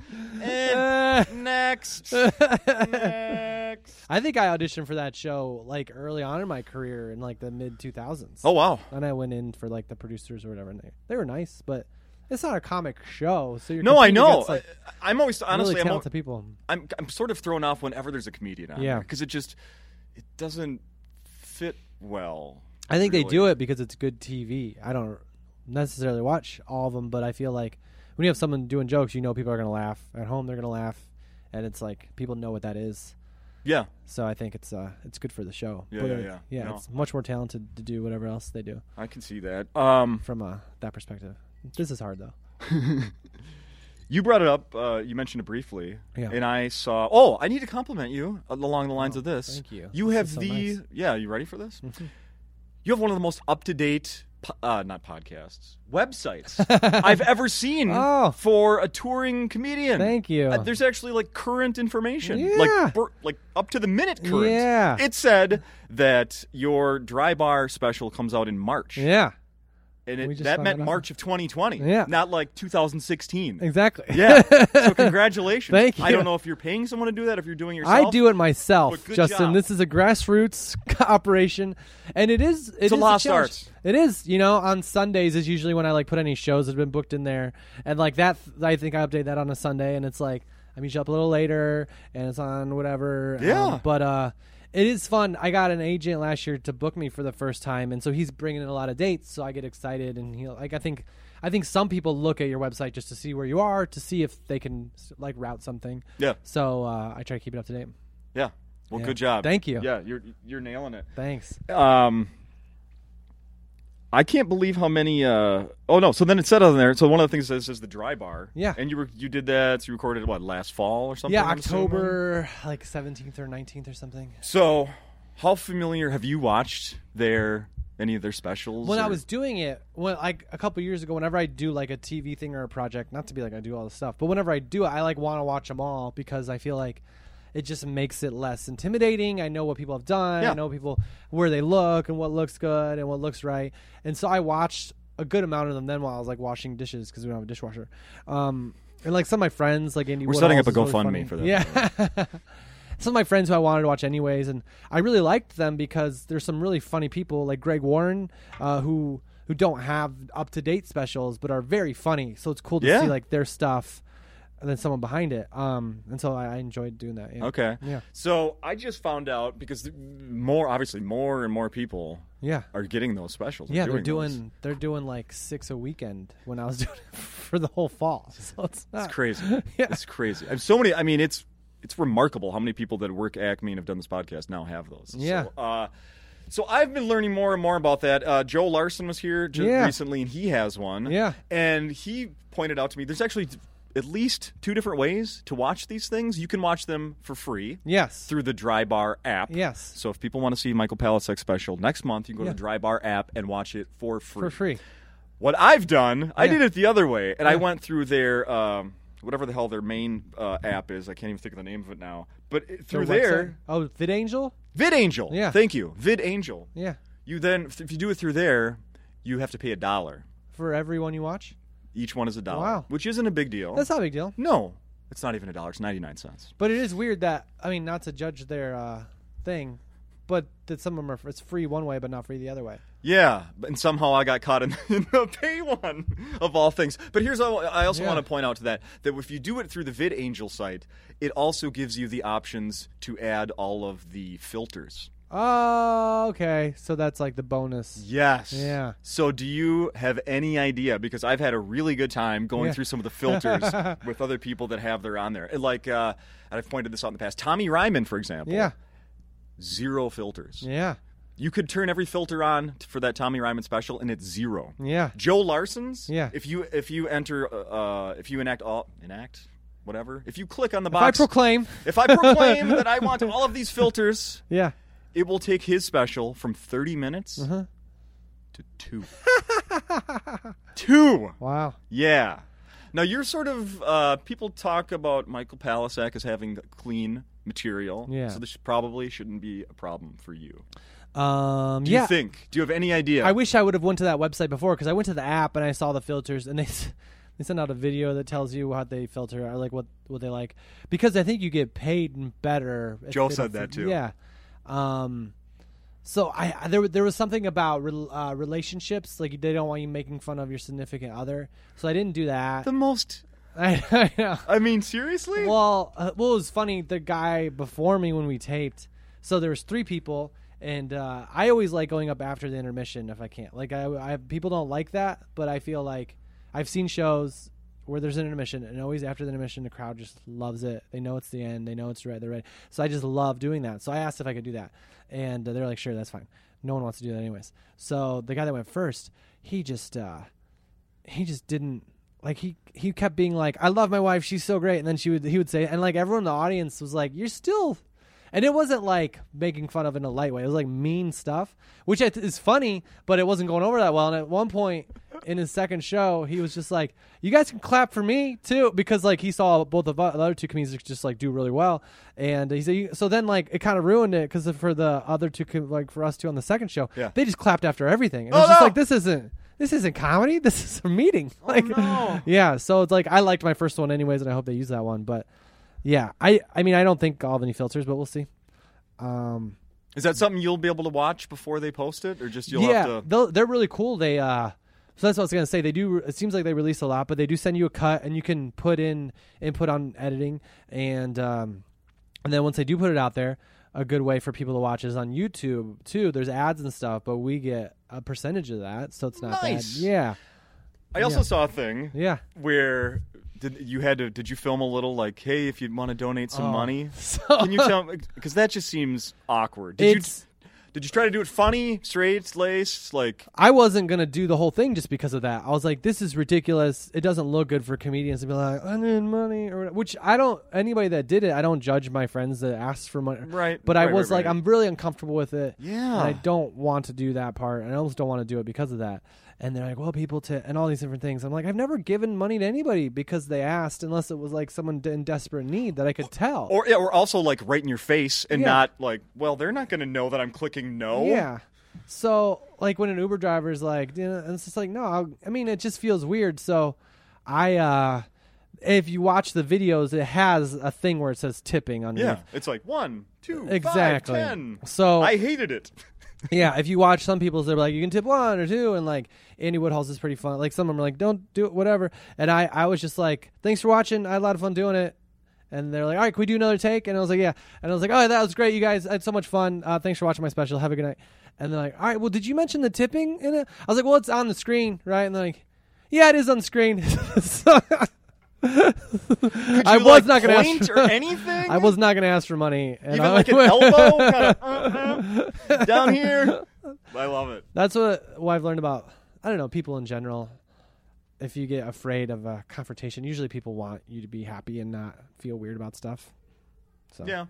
[SPEAKER 1] And
[SPEAKER 2] uh,
[SPEAKER 1] next. next.
[SPEAKER 2] I think I auditioned for that show like early on in my career in like the mid 2000s.
[SPEAKER 1] Oh wow.
[SPEAKER 2] And I went in for like the producers or whatever, and they, they were nice, but it's not a comic show. So you're
[SPEAKER 1] No, I
[SPEAKER 2] competing
[SPEAKER 1] know.
[SPEAKER 2] against, like,
[SPEAKER 1] I, am always honestly
[SPEAKER 2] really
[SPEAKER 1] I'm, al-
[SPEAKER 2] talented people.
[SPEAKER 1] I'm I'm sort of thrown off whenever there's a comedian on.
[SPEAKER 2] Yeah.
[SPEAKER 1] Because it just it doesn't fit well.
[SPEAKER 2] I think they
[SPEAKER 1] really.
[SPEAKER 2] do it because it's good TV. I don't necessarily watch all of them, but I feel like when you have someone doing jokes, you know people are going to laugh. At home, they're going to laugh, and it's like people know what that is.
[SPEAKER 1] Yeah.
[SPEAKER 2] So I think it's uh it's good for the show.
[SPEAKER 1] Yeah,
[SPEAKER 2] But,
[SPEAKER 1] yeah,
[SPEAKER 2] uh,
[SPEAKER 1] yeah. No.
[SPEAKER 2] it's much more talented to do whatever else they do
[SPEAKER 1] I can see that. Um
[SPEAKER 2] from uh that perspective. This is hard though.
[SPEAKER 1] You brought it up. Uh, you mentioned it briefly,
[SPEAKER 2] Yeah.
[SPEAKER 1] and I saw. Oh, I need to compliment you uh, along the lines
[SPEAKER 2] Oh,
[SPEAKER 1] of this.
[SPEAKER 2] thank you.
[SPEAKER 1] You
[SPEAKER 2] This
[SPEAKER 1] have
[SPEAKER 2] is so
[SPEAKER 1] the
[SPEAKER 2] nice. Mm-hmm.
[SPEAKER 1] yeah. You ready for this? You have one of the most up to date, po- uh, not podcasts, websites I've ever seen
[SPEAKER 2] Oh.
[SPEAKER 1] for a touring comedian.
[SPEAKER 2] Thank you.
[SPEAKER 1] Uh, there's actually like current information,
[SPEAKER 2] Yeah.
[SPEAKER 1] like bur- like up to the minute current.
[SPEAKER 2] Yeah.
[SPEAKER 1] It said that your dry bar special comes out in March,
[SPEAKER 2] yeah,
[SPEAKER 1] and
[SPEAKER 2] We
[SPEAKER 1] it,
[SPEAKER 2] just
[SPEAKER 1] that
[SPEAKER 2] found
[SPEAKER 1] meant
[SPEAKER 2] that out.
[SPEAKER 1] March of 2020,
[SPEAKER 2] Yeah.
[SPEAKER 1] not like 2016.
[SPEAKER 2] exactly.
[SPEAKER 1] Yeah. So congratulations.
[SPEAKER 2] Thank
[SPEAKER 1] I
[SPEAKER 2] you.
[SPEAKER 1] don't know if you're paying someone to do that, if you're doing it yourself.
[SPEAKER 2] I do it myself,
[SPEAKER 1] But good
[SPEAKER 2] Justin.
[SPEAKER 1] job.
[SPEAKER 2] This is a grassroots operation, and it is it
[SPEAKER 1] a
[SPEAKER 2] is
[SPEAKER 1] lost
[SPEAKER 2] challenge.
[SPEAKER 1] art.
[SPEAKER 2] It is, you know, on Sundays is usually when I like put any shows that have been booked in there, and like that, I think I update that on a Sunday, and it's like I'm usually up a little later, and it's on whatever. um,
[SPEAKER 1] Yeah.
[SPEAKER 2] but uh, it is fun. I got an agent last year to book me for the first time, and so he's bringing in a lot of dates, so I get excited, and he like I think. I think some people look at your website just to see where you are, to see if they can like route something.
[SPEAKER 1] Yeah.
[SPEAKER 2] So uh, I try to keep it up to date.
[SPEAKER 1] Yeah. Well,
[SPEAKER 2] Yeah.
[SPEAKER 1] good job.
[SPEAKER 2] Thank you.
[SPEAKER 1] Yeah, you're you're nailing it.
[SPEAKER 2] Thanks.
[SPEAKER 1] Um I can't believe how many uh oh no, so then it said on there, so one of the things that says the dry bar.
[SPEAKER 2] Yeah.
[SPEAKER 1] And you were you did that, so you recorded what, last fall or something?
[SPEAKER 2] Yeah,
[SPEAKER 1] I'm assuming?
[SPEAKER 2] October like 17th or 19th or something.
[SPEAKER 1] So how familiar have you watched their any of their specials?
[SPEAKER 2] When I
[SPEAKER 1] or-
[SPEAKER 2] was doing it, when like a couple years ago, whenever I do like a TV thing or a project, not to be like I do all this stuff, but whenever I do it, I like want to watch them all because I feel like it just makes it less intimidating. I know what people have done.
[SPEAKER 1] Yeah.
[SPEAKER 2] I know people where they look and what looks good and what looks right. And so I watched a good amount of them then while I was like washing dishes because we don't have a dishwasher. Um, and like some of my friends, like Andy,
[SPEAKER 1] We're setting up
[SPEAKER 2] Woodhouse
[SPEAKER 1] a
[SPEAKER 2] is really
[SPEAKER 1] GoFundMe
[SPEAKER 2] funny.
[SPEAKER 1] for that.
[SPEAKER 2] Yeah. some of my friends who I wanted to watch anyways, and I really liked them because there's some really funny people like Greg Warren, uh, who who don't have up to date specials but are very funny. So it's cool to
[SPEAKER 1] Yeah.
[SPEAKER 2] see like their stuff and then someone behind it. Um, and so I, I enjoyed doing that. Yeah.
[SPEAKER 1] Okay.
[SPEAKER 2] Yeah.
[SPEAKER 1] So I just found out because more obviously more and more people
[SPEAKER 2] Yeah.
[SPEAKER 1] are getting those specials. and
[SPEAKER 2] Yeah, they're doing
[SPEAKER 1] those.
[SPEAKER 2] they're doing like six a weekend when I was doing it for the whole fall. So it's not
[SPEAKER 1] It's crazy.
[SPEAKER 2] Yeah.
[SPEAKER 1] It's crazy. And so many. I mean, it's it's remarkable how many people that work at Acme and have done this podcast now have those.
[SPEAKER 2] Yeah.
[SPEAKER 1] So, uh, so I've been learning more and more about that. Uh, Joe Larson was here ju-
[SPEAKER 2] Yeah.
[SPEAKER 1] recently, and he has one.
[SPEAKER 2] Yeah.
[SPEAKER 1] And he pointed out to me there's actually t- at least two different ways to watch these things. You can watch them for free
[SPEAKER 2] Yes.
[SPEAKER 1] through the Dry Bar app.
[SPEAKER 2] Yes.
[SPEAKER 1] So if people want to see Michael Palisek's special next month, you can go
[SPEAKER 2] Yeah.
[SPEAKER 1] to the Dry Bar app and watch it for free
[SPEAKER 2] For free.
[SPEAKER 1] what I've done, I
[SPEAKER 2] Yeah.
[SPEAKER 1] did it the other way, and I
[SPEAKER 2] Yeah.
[SPEAKER 1] went through their um, whatever the hell their main uh, app is. I can't even think of the name of it now. But it, through
[SPEAKER 2] Their
[SPEAKER 1] there,
[SPEAKER 2] website. Oh, VidAngel?
[SPEAKER 1] VidAngel.
[SPEAKER 2] Yeah.
[SPEAKER 1] Thank you, VidAngel.
[SPEAKER 2] Yeah.
[SPEAKER 1] You then, if you do it through there, you have to pay a dollar.
[SPEAKER 2] For everyone you watch?
[SPEAKER 1] Each one is a dollar,
[SPEAKER 2] Wow.
[SPEAKER 1] which isn't a big deal.
[SPEAKER 2] That's not a big deal.
[SPEAKER 1] no, it's not even a dollar. It's ninety nine cents.
[SPEAKER 2] But it is weird that I mean, not to judge their uh, thing, but that some of them are it's free one way, but not free the other way.
[SPEAKER 1] Yeah, but- and somehow I got caught in, in the pay one of all things. But here's all, I also
[SPEAKER 2] Yeah.
[SPEAKER 1] want to point out to that that if you do it through the VidAngel site, it also gives you the options to add all of the filters.
[SPEAKER 2] Oh, okay. So that's like the bonus.
[SPEAKER 1] Yes.
[SPEAKER 2] Yeah.
[SPEAKER 1] So do you have any idea? Because I've had a really good time going
[SPEAKER 2] Yeah.
[SPEAKER 1] through some of the filters with other people that have their on there. And Like, uh, and I've pointed this out in the past. Tommy Ryman, for example.
[SPEAKER 2] Yeah,
[SPEAKER 1] Zero filters.
[SPEAKER 2] yeah,
[SPEAKER 1] You could turn every filter on t- for that Tommy Ryman special, and it's zero.
[SPEAKER 2] yeah.
[SPEAKER 1] Joe Larson's.
[SPEAKER 2] Yeah.
[SPEAKER 1] If you if you enter uh, uh, if you enact all enact whatever if you click on the
[SPEAKER 2] If I
[SPEAKER 1] box
[SPEAKER 2] proclaim,
[SPEAKER 1] if I proclaim that I want all of these filters,
[SPEAKER 2] yeah,
[SPEAKER 1] it will take his special from thirty minutes
[SPEAKER 2] uh-huh.
[SPEAKER 1] to two. two.
[SPEAKER 2] wow.
[SPEAKER 1] Yeah. Now you're sort of uh, people talk about Michael Palisak as having clean material.
[SPEAKER 2] Yeah.
[SPEAKER 1] So this sh- probably shouldn't be a problem for you.
[SPEAKER 2] Um,
[SPEAKER 1] Do
[SPEAKER 2] yeah,
[SPEAKER 1] you think? Do you have any idea?
[SPEAKER 2] I wish I would have went to that website before because I went to the app and I saw the filters and they s- they send out a video that tells you how they filter or like what what they like because I think you get paid and better. if
[SPEAKER 1] Joel
[SPEAKER 2] they don't
[SPEAKER 1] said that,
[SPEAKER 2] fil-
[SPEAKER 1] too.
[SPEAKER 2] Yeah. Um, so I I- there wa- there was something about rel uh, relationships like they don't want you making fun of your significant other, so I didn't do that.
[SPEAKER 1] the most.
[SPEAKER 2] I, I know.
[SPEAKER 1] I mean, seriously?
[SPEAKER 2] Well, uh, well, it was funny. The guy before me when we taped, so there was three people, and uh, I always like going up after the intermission if I can't. Like I, I, people don't like that, but I feel like I've seen shows where there's an intermission, and always after the intermission, the crowd just loves it. They know it's the end. They know it's right. They're ready. So I just love doing that. So I asked if I could do that, and uh, they're like, "Sure, that's fine." No one wants to do that anyways. So the guy that went first, he just. Uh, he just didn't like he he kept being like i love my wife she's so great and then she would he would say and like everyone in the audience was like you're still and it wasn't like making fun of in a light way it was like mean stuff which I th- is funny but it wasn't going over that well and at one point in his second show he was just like you guys can clap for me too because like he saw both of us- the other two comedians just like do really well and he said "You-" so then like it kind of ruined it because for the other two com- like for us two on the second show
[SPEAKER 1] Yeah.
[SPEAKER 2] they just clapped after everything and
[SPEAKER 1] Oh,
[SPEAKER 2] it's just
[SPEAKER 1] no!
[SPEAKER 2] like this isn't this isn't comedy. This is a meeting. Like,
[SPEAKER 1] Oh, no.
[SPEAKER 2] yeah. So it's like I liked my first one anyways, and I hope they use that one. But yeah, I I mean I don't think I'll have any filters, but we'll see. Um,
[SPEAKER 1] Is that something you'll be able to watch before they post it, or just you'll
[SPEAKER 2] yeah,
[SPEAKER 1] have to?
[SPEAKER 2] they'll- they're really cool. They uh, so that's what I was gonna say. They do. It seems like they release a lot, but they do send you a cut, and you can put in input on editing, and um, and then once they do put it out there, a good way for people to watch is on YouTube too. There's ads and stuff, but we get a percentage of that, so it's not
[SPEAKER 1] Nice.
[SPEAKER 2] bad. Yeah,
[SPEAKER 1] I also
[SPEAKER 2] yeah.
[SPEAKER 1] saw a thing
[SPEAKER 2] yeah.
[SPEAKER 1] where did you had to did you film a little like hey if you want to donate some
[SPEAKER 2] Oh.
[SPEAKER 1] money
[SPEAKER 2] So
[SPEAKER 1] can you tell because that just seems awkward did
[SPEAKER 2] It's-
[SPEAKER 1] you did you try to do it funny straight laced like
[SPEAKER 2] I wasn't gonna do the whole thing just because of that. I was like, this is ridiculous. It doesn't look good for comedians to be like, I need money or whatever. which I don't. Anybody that did it, I don't judge my friends that asked for money.
[SPEAKER 1] Right,
[SPEAKER 2] But I
[SPEAKER 1] right,
[SPEAKER 2] was
[SPEAKER 1] right,
[SPEAKER 2] like,
[SPEAKER 1] right.
[SPEAKER 2] I'm really uncomfortable with it.
[SPEAKER 1] Yeah.
[SPEAKER 2] And I don't want to do that part. And I almost don't want to do it because of that. And they're like, well, people to and all these different things. I'm like, I've never given money to anybody because they asked, unless it was like someone in desperate need that I could tell.
[SPEAKER 1] or yeah, or also like right in your face and
[SPEAKER 2] Yeah.
[SPEAKER 1] not like well they're not gonna know that I'm clicking no
[SPEAKER 2] Yeah. So like when an Uber driver's like, you know, and it's just like, no, I'll, I mean, it just feels weird. So I, uh, if you watch the videos, it has a thing where it says tipping on
[SPEAKER 1] yeah it's like one two five,
[SPEAKER 2] Exactly.
[SPEAKER 1] 10.
[SPEAKER 2] So-
[SPEAKER 1] I hated it
[SPEAKER 2] yeah, if you watch some people's, they're like, you can tip one or two, and like Andy Woodhouse is pretty fun. Like some of them are like, don't do it, whatever. And I, I was just like, thanks for watching. I had a lot of fun doing it. And they're like, all right, can we do another take? And I was like, yeah. And I was like, oh, that was great, you guys. I had so much fun. Uh, thanks for watching my special. Have a good night. And they're like, all right, well, did you mention the tipping in it? I was like, well, it's on the screen, right? And they're like, yeah, it is on the screen. So- I
[SPEAKER 1] You,
[SPEAKER 2] was
[SPEAKER 1] like,
[SPEAKER 2] not going to ask.
[SPEAKER 1] point
[SPEAKER 2] For,
[SPEAKER 1] or anything
[SPEAKER 2] I was not going to ask for money. And
[SPEAKER 1] even
[SPEAKER 2] I-
[SPEAKER 1] like an elbow kind of down here I love it
[SPEAKER 2] That's what, what I've learned about. I don't know people in general. If you get afraid of a confrontation, usually people want you to be happy and not feel weird about stuff. So
[SPEAKER 1] yeah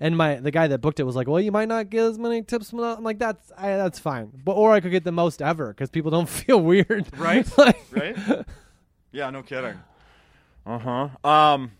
[SPEAKER 2] and my the guy that booked it was like, "Well, you might not get as many tips." I'm like, "That's I, that's fine," but or I could get the most ever because people don't feel weird,
[SPEAKER 1] Right.
[SPEAKER 2] Like-
[SPEAKER 1] right? yeah, no kidding. Uh huh. Um,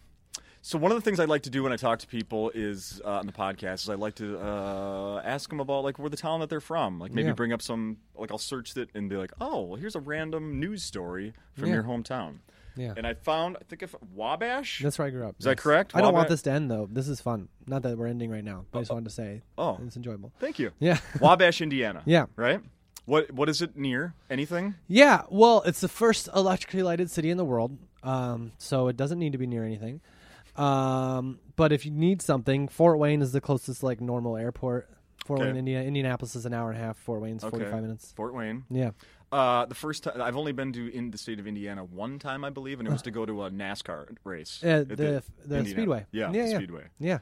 [SPEAKER 1] so one of the things I like to do when I talk to people is uh, on the podcast is I like to uh, ask them about like where the town that they're from. Like maybe
[SPEAKER 2] Yeah.
[SPEAKER 1] bring up some like I'll search it and be like, oh, well, here's a random news story from
[SPEAKER 2] Yeah.
[SPEAKER 1] your hometown.
[SPEAKER 2] yeah,
[SPEAKER 1] And I found I think if Wabash.
[SPEAKER 2] that's where I grew up. Is
[SPEAKER 1] that correct?
[SPEAKER 2] I don't
[SPEAKER 1] Well,
[SPEAKER 2] want
[SPEAKER 1] that-
[SPEAKER 2] this to end though. This is fun. Not that we're ending right now, but I just wanted to say
[SPEAKER 1] oh,
[SPEAKER 2] it's enjoyable.
[SPEAKER 1] thank you.
[SPEAKER 2] Yeah.
[SPEAKER 1] Wabash, Indiana.
[SPEAKER 2] Yeah.
[SPEAKER 1] Right. What what is it near? Anything?
[SPEAKER 2] Yeah, well, it's the first electrically lighted city in the world, um, so it doesn't need to be near anything. Um, but if you need something, Fort Wayne is the closest like normal airport. Fort
[SPEAKER 1] Okay.
[SPEAKER 2] Wayne, Indiana. Indianapolis is an hour and a half. Fort Wayne's
[SPEAKER 1] Okay.
[SPEAKER 2] forty-five minutes.
[SPEAKER 1] Fort Wayne.
[SPEAKER 2] Yeah.
[SPEAKER 1] Uh, the first time I've only been to in the state of Indiana one time, I believe, and it was to go to a NASCAR race.
[SPEAKER 2] Uh,
[SPEAKER 1] at
[SPEAKER 2] the the
[SPEAKER 1] Indiana-
[SPEAKER 2] speedway.
[SPEAKER 1] Yeah,
[SPEAKER 2] yeah,
[SPEAKER 1] the
[SPEAKER 2] yeah.
[SPEAKER 1] Speedway.
[SPEAKER 2] Yeah.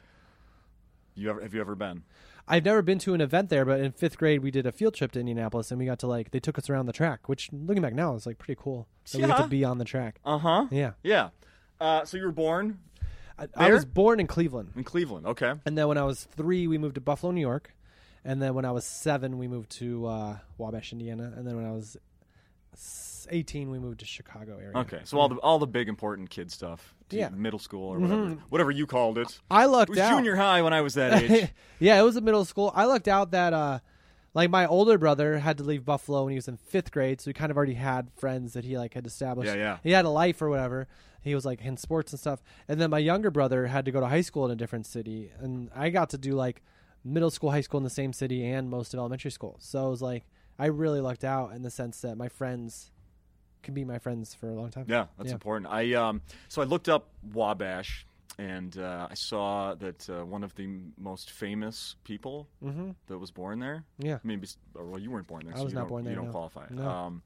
[SPEAKER 1] You ever have you ever been?
[SPEAKER 2] I've never been to an event there, but in fifth grade we did a field trip to Indianapolis, and we got to like they took us around the track, which looking back now is like pretty cool. So we got
[SPEAKER 1] Yeah.
[SPEAKER 2] to be on the track.
[SPEAKER 1] Uh huh.
[SPEAKER 2] Yeah.
[SPEAKER 1] Yeah. Uh, so you were born
[SPEAKER 2] I, I
[SPEAKER 1] There?
[SPEAKER 2] was born in Cleveland.
[SPEAKER 1] in Cleveland. Okay.
[SPEAKER 2] And then when I was three, we moved to Buffalo, New York. And then when I was seven, we moved to uh, Wabash, Indiana. And then when I was s- 18 we moved to Chicago area.
[SPEAKER 1] Okay, so all the all the big important kid stuff, to
[SPEAKER 2] Yeah. Mm-hmm.
[SPEAKER 1] middle school or whatever, whatever you called it.
[SPEAKER 2] I
[SPEAKER 1] It
[SPEAKER 2] lucked
[SPEAKER 1] was
[SPEAKER 2] out.
[SPEAKER 1] junior high when I was that age.
[SPEAKER 2] yeah, it was a middle school. I lucked out that uh like my older brother had to leave Buffalo when he was in fifth grade, so he kind of already had friends that he like had established.
[SPEAKER 1] Yeah, yeah.
[SPEAKER 2] He had a life or whatever. He was like in sports and stuff. And then my younger brother had to go to high school in a different city, and I got to do like middle school, high school in the same city, and most of elementary school. So it was like I really lucked out in the sense that my friends can be my friends for a long time.
[SPEAKER 1] Yeah, that's
[SPEAKER 2] Yeah.
[SPEAKER 1] important. I um, so I looked up Wabash, and uh, I saw that uh, one of the m- most famous people that was born there.
[SPEAKER 2] Yeah.
[SPEAKER 1] I mean, bes- or, well, you weren't born there.
[SPEAKER 2] Mm-hmm. I
[SPEAKER 1] so
[SPEAKER 2] was
[SPEAKER 1] you
[SPEAKER 2] not
[SPEAKER 1] don't-
[SPEAKER 2] born there,
[SPEAKER 1] You don't
[SPEAKER 2] no.
[SPEAKER 1] qualify.
[SPEAKER 2] No.
[SPEAKER 1] Um,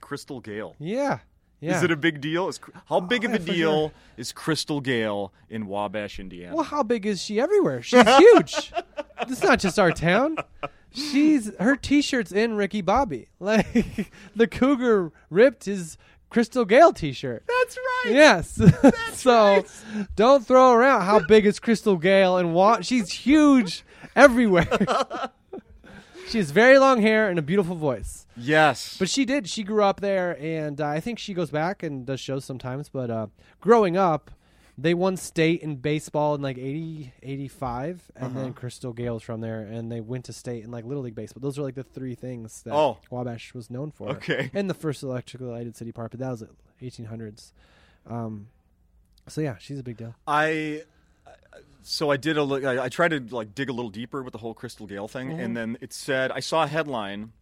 [SPEAKER 1] Crystal Gale.
[SPEAKER 2] Yeah. Yeah. Oh,
[SPEAKER 1] Is it a big deal? Is, Cr- how big of
[SPEAKER 2] yeah,
[SPEAKER 1] a
[SPEAKER 2] for sure.
[SPEAKER 1] deal is Crystal Gale in Wabash, Indiana?
[SPEAKER 2] Well, how big is she everywhere? She's huge. it's not just our town. She's her t-shirt's in Ricky Bobby. Like the cougar ripped his Crystal Gale t-shirt.
[SPEAKER 1] That's right.
[SPEAKER 2] Yes. so don't throw around how big is Crystal Gale and what she's huge everywhere. she has very long hair and a beautiful voice.
[SPEAKER 1] Yes.
[SPEAKER 2] But she did. She grew up there, and uh, I think she goes back and does shows sometimes. But uh, growing up, they won state in baseball in like 80, 85, and
[SPEAKER 1] Uh-huh.
[SPEAKER 2] then Crystal Gale's from there, and they went to state in like Little League Baseball. Those are like the three things that
[SPEAKER 1] Oh.
[SPEAKER 2] Wabash was known for.
[SPEAKER 1] Okay.
[SPEAKER 2] And the first electrically lighted city park, but that was at 1800s. Um, so, yeah, she's a big deal.
[SPEAKER 1] I so I did a look. I, I tried to like dig a little deeper with the whole Crystal Gale thing,
[SPEAKER 2] Mm-hmm.
[SPEAKER 1] and then it said I saw a headline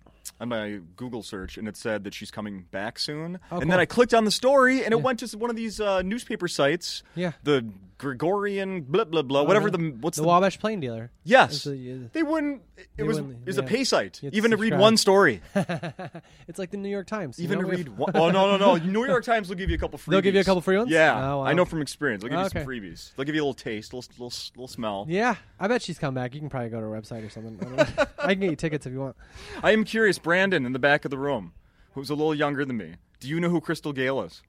[SPEAKER 1] on my Google search, and it said that she's coming back soon.
[SPEAKER 2] Oh,
[SPEAKER 1] and
[SPEAKER 2] cool.
[SPEAKER 1] then I clicked on the story, and it went to one of these uh, newspaper sites.
[SPEAKER 2] Yeah. Oh,
[SPEAKER 1] the Gregorian blah blah blah, whatever the what's
[SPEAKER 2] The
[SPEAKER 1] the,
[SPEAKER 2] Wabash Plain Dealer.
[SPEAKER 1] yes.
[SPEAKER 2] It's a-
[SPEAKER 1] they wouldn't. It was
[SPEAKER 2] wouldn't,
[SPEAKER 1] is a
[SPEAKER 2] yeah.
[SPEAKER 1] pay site.
[SPEAKER 2] You have to
[SPEAKER 1] Even to read
[SPEAKER 2] subscribe.
[SPEAKER 1] one story,
[SPEAKER 2] it's like the New York Times. you
[SPEAKER 1] even
[SPEAKER 2] know?
[SPEAKER 1] to
[SPEAKER 2] We
[SPEAKER 1] read
[SPEAKER 2] have-
[SPEAKER 1] one oh no no no. New York Times will give you a couple free.
[SPEAKER 2] They'll give you a couple free ones?
[SPEAKER 1] Yeah,
[SPEAKER 2] Oh, wow.
[SPEAKER 1] I know from experience. They'll give you some
[SPEAKER 2] Okay.
[SPEAKER 1] freebies. They'll give you a little taste, a little little, little smell.
[SPEAKER 2] Yeah, I bet she's come back. You can probably go to her website or something. I, don't know. I can get you tickets if you want.
[SPEAKER 1] I am curious, Brandon in the back of the room, who's a little younger than me. Do you know who Crystal Gale is?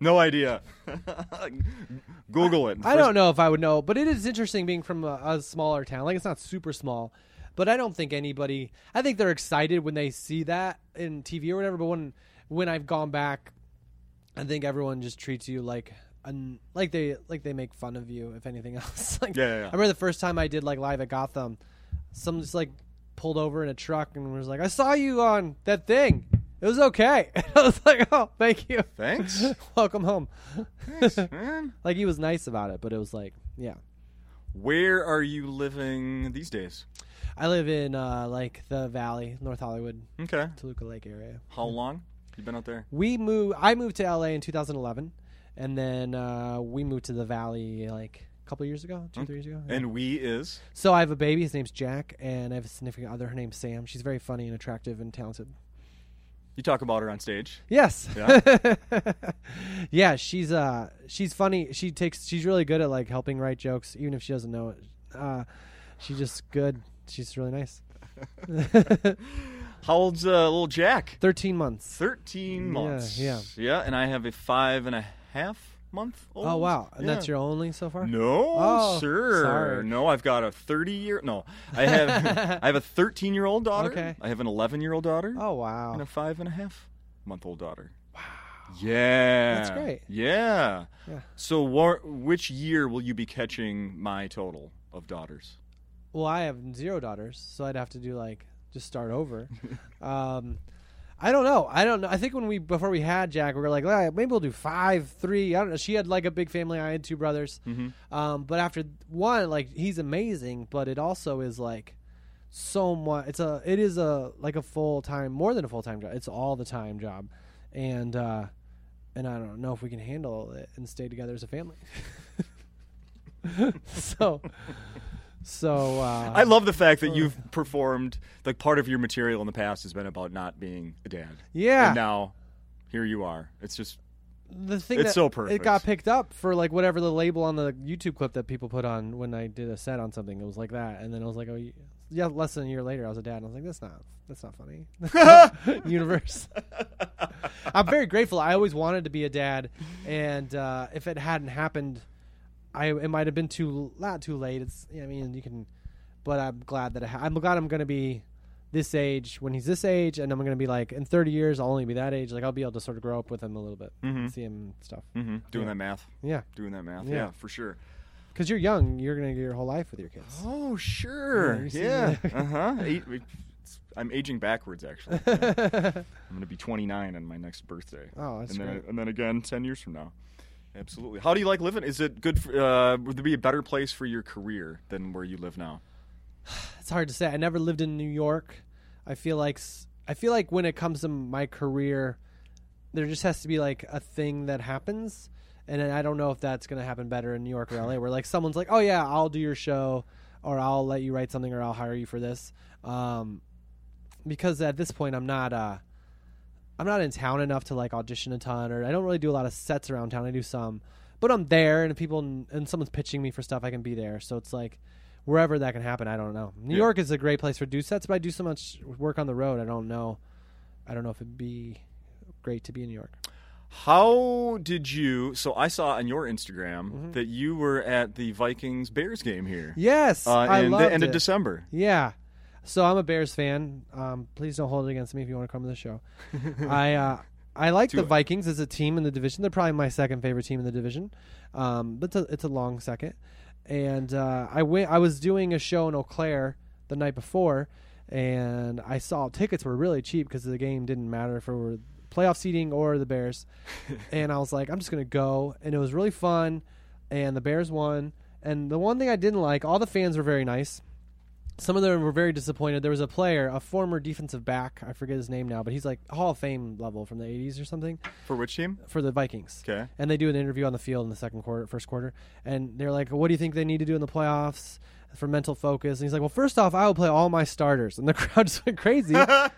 [SPEAKER 1] No idea. Google it.
[SPEAKER 2] I don't know if I would know, but it is interesting being from a, a smaller town. Like it's not super small, but I don't think anybody. I think they're excited when they see that in TV or whatever. But when when I've gone back, I think everyone just treats you like an, like they like they make fun of you. If anything else, like
[SPEAKER 1] Yeah, yeah, yeah.
[SPEAKER 2] I remember the first time I did like live at Gotham, some just like pulled over in a truck and was like, "I saw you on that thing. It was okay." And I was like, "Oh, thank you.
[SPEAKER 1] Thanks.
[SPEAKER 2] Welcome home."
[SPEAKER 1] Man.
[SPEAKER 2] Like he was nice about it, but it was like, yeah.
[SPEAKER 1] Where are you living these days?
[SPEAKER 2] I live in uh, like the Valley, North Hollywood,
[SPEAKER 1] Okay.
[SPEAKER 2] Toluca Lake area.
[SPEAKER 1] How long you been out there?
[SPEAKER 2] We moved. I moved to LA in 2011, and then uh, we moved to the Valley like a couple years ago, two three years ago.
[SPEAKER 1] And we is
[SPEAKER 2] So I have a baby. His name's Jack, and I have a significant other. Her name's Sam. She's very funny and attractive and talented.
[SPEAKER 1] you talk about her on stage.
[SPEAKER 2] Yes.
[SPEAKER 1] Yeah.
[SPEAKER 2] Yeah. she's uh she's funny. She takes she's really good at like helping write jokes even if she doesn't know it. Uh she's just good. She's really nice.
[SPEAKER 1] How old's uh, little Jack?
[SPEAKER 2] 13 months.
[SPEAKER 1] Thirteen months.
[SPEAKER 2] yeah.
[SPEAKER 1] Yeah, and I have a five and a half month old.
[SPEAKER 2] Oh wow. And
[SPEAKER 1] Yeah.
[SPEAKER 2] that's your only so far?
[SPEAKER 1] No,
[SPEAKER 2] Oh,
[SPEAKER 1] sir.
[SPEAKER 2] sorry.
[SPEAKER 1] No, I've got a 30 year. No, I have I have a 13 year old daughter.
[SPEAKER 2] Okay.
[SPEAKER 1] I have an 11 year old daughter.
[SPEAKER 2] Oh
[SPEAKER 1] And a
[SPEAKER 2] wow.
[SPEAKER 1] five and a half month old daughter. Wow. Yeah.
[SPEAKER 2] That's great.
[SPEAKER 1] Yeah.
[SPEAKER 2] Yeah.
[SPEAKER 1] So, wha- which year will you be catching my total of daughters?
[SPEAKER 2] Well, I have zero daughters, so I'd have to do like just start over. um I don't know. I don't know. I think when we before we had Jack, we were like, "Ah, maybe we'll do five, three. I don't know. She had like a big family. I had two brothers. Um, but after one, like he's amazing, but it also is like so much. It's a it is a like a full time, more than a full time job. It's all the time job, and uh, and I don't know if we can handle it and stay together as a family. so, so uh,
[SPEAKER 1] I love the fact that you've performed like part of your material in the past has been about not being a dad.
[SPEAKER 2] yeah.
[SPEAKER 1] And now, here you are. It's just
[SPEAKER 2] the thing
[SPEAKER 1] It's
[SPEAKER 2] that
[SPEAKER 1] so perfect.
[SPEAKER 2] it got picked up for like whatever the label on the YouTube clip that people put on when I did a set on something. It was like that, and then I was like, oh y- yeah, less than a year later, I was a dad, and I was like, that's not that's not funny. Universe.
[SPEAKER 1] mm-hmm,
[SPEAKER 2] I'm very grateful. I always wanted to be a dad, and uh, if it hadn't happened, I it might have been too not too late. It's I mean you can, but I'm glad that it ha- I'm glad I'm going to be this age when he's this age, and I'm gonna be like in 30 years I'll only be that age. Like I'll be able to sort of grow up with him a little bit, and see him and stuff.
[SPEAKER 1] Mm-hmm. Doing
[SPEAKER 2] Yeah.
[SPEAKER 1] that math.
[SPEAKER 2] Yeah,
[SPEAKER 1] Doing that math.
[SPEAKER 2] Yeah.
[SPEAKER 1] Yeah. for sure.
[SPEAKER 2] because you're young, you're gonna get your whole life with your kids.
[SPEAKER 1] Oh, sure.
[SPEAKER 2] you see
[SPEAKER 1] Yeah.
[SPEAKER 2] that?
[SPEAKER 1] uh huh. I'm aging backwards, actually. I'm going to be 29 on my next birthday.
[SPEAKER 2] Oh, that's
[SPEAKER 1] and then,
[SPEAKER 2] great.
[SPEAKER 1] and then again, 10 years from now. Absolutely. How do you like living? Is it good? For, uh, would there be a better place for your career than where you live now?
[SPEAKER 2] it's hard to say. I never lived in New York. I feel like s- I feel like when it comes to my career, there just has to be like a thing that happens, and then I don't know if that's going to happen better in New York or LA, where like someone's like, "Oh yeah, I'll do your show, or I'll let you write something, or I'll hire you for this," um, because at this point I'm not. Uh, I'm not in town enough to like audition a ton, or I don't really do a lot of sets around town. I do some, but I'm there, and if people and someone's pitching me for stuff, I can be there. So it's like wherever that can happen, I don't know. New
[SPEAKER 1] Yeah.
[SPEAKER 2] York is a great place for do sets, but I do so much work on the road. I don't know. I don't know if it'd be great to be in New York.
[SPEAKER 1] How did you? So I saw on your Instagram that you were at the Vikings Bears game here
[SPEAKER 2] Mm-hmm. Yes,
[SPEAKER 1] uh,
[SPEAKER 2] I
[SPEAKER 1] in
[SPEAKER 2] loved
[SPEAKER 1] the end
[SPEAKER 2] it.
[SPEAKER 1] of December.
[SPEAKER 2] Yeah. So I'm a Bears fan. Um, please don't hold it against me if you want to come to the show. I uh, I like the Vikings as a team in the division. They're probably my second favorite team in the division, um, but it's a, it's a long second. And uh, I went. I was doing a show in Eau Claire the night before, and I saw tickets were really cheap because the game didn't matter for playoff seeding or the Bears. and I was like, I'm just gonna go. And it was really fun. And the Bears won. And the one thing I didn't like, all the fans were very nice some of them were very disappointed. There was a player, a former defensive back, I forget his name now, but he's like Hall of Fame level from the 80s or something
[SPEAKER 1] For which team?
[SPEAKER 2] for the Vikings.
[SPEAKER 1] Okay.
[SPEAKER 2] And they do an interview on the field in the second quarter, first quarter, and they're like, "What do you think they need to do in the playoffs for mental focus?" And he's like, "Well, first off, I will play all my starters," and the crowd just went crazy. Because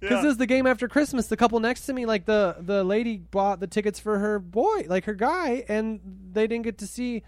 [SPEAKER 2] this is the game after Christmas. The couple next to me, like the the lady bought the tickets for her boy, like her guy, and they didn't get to see.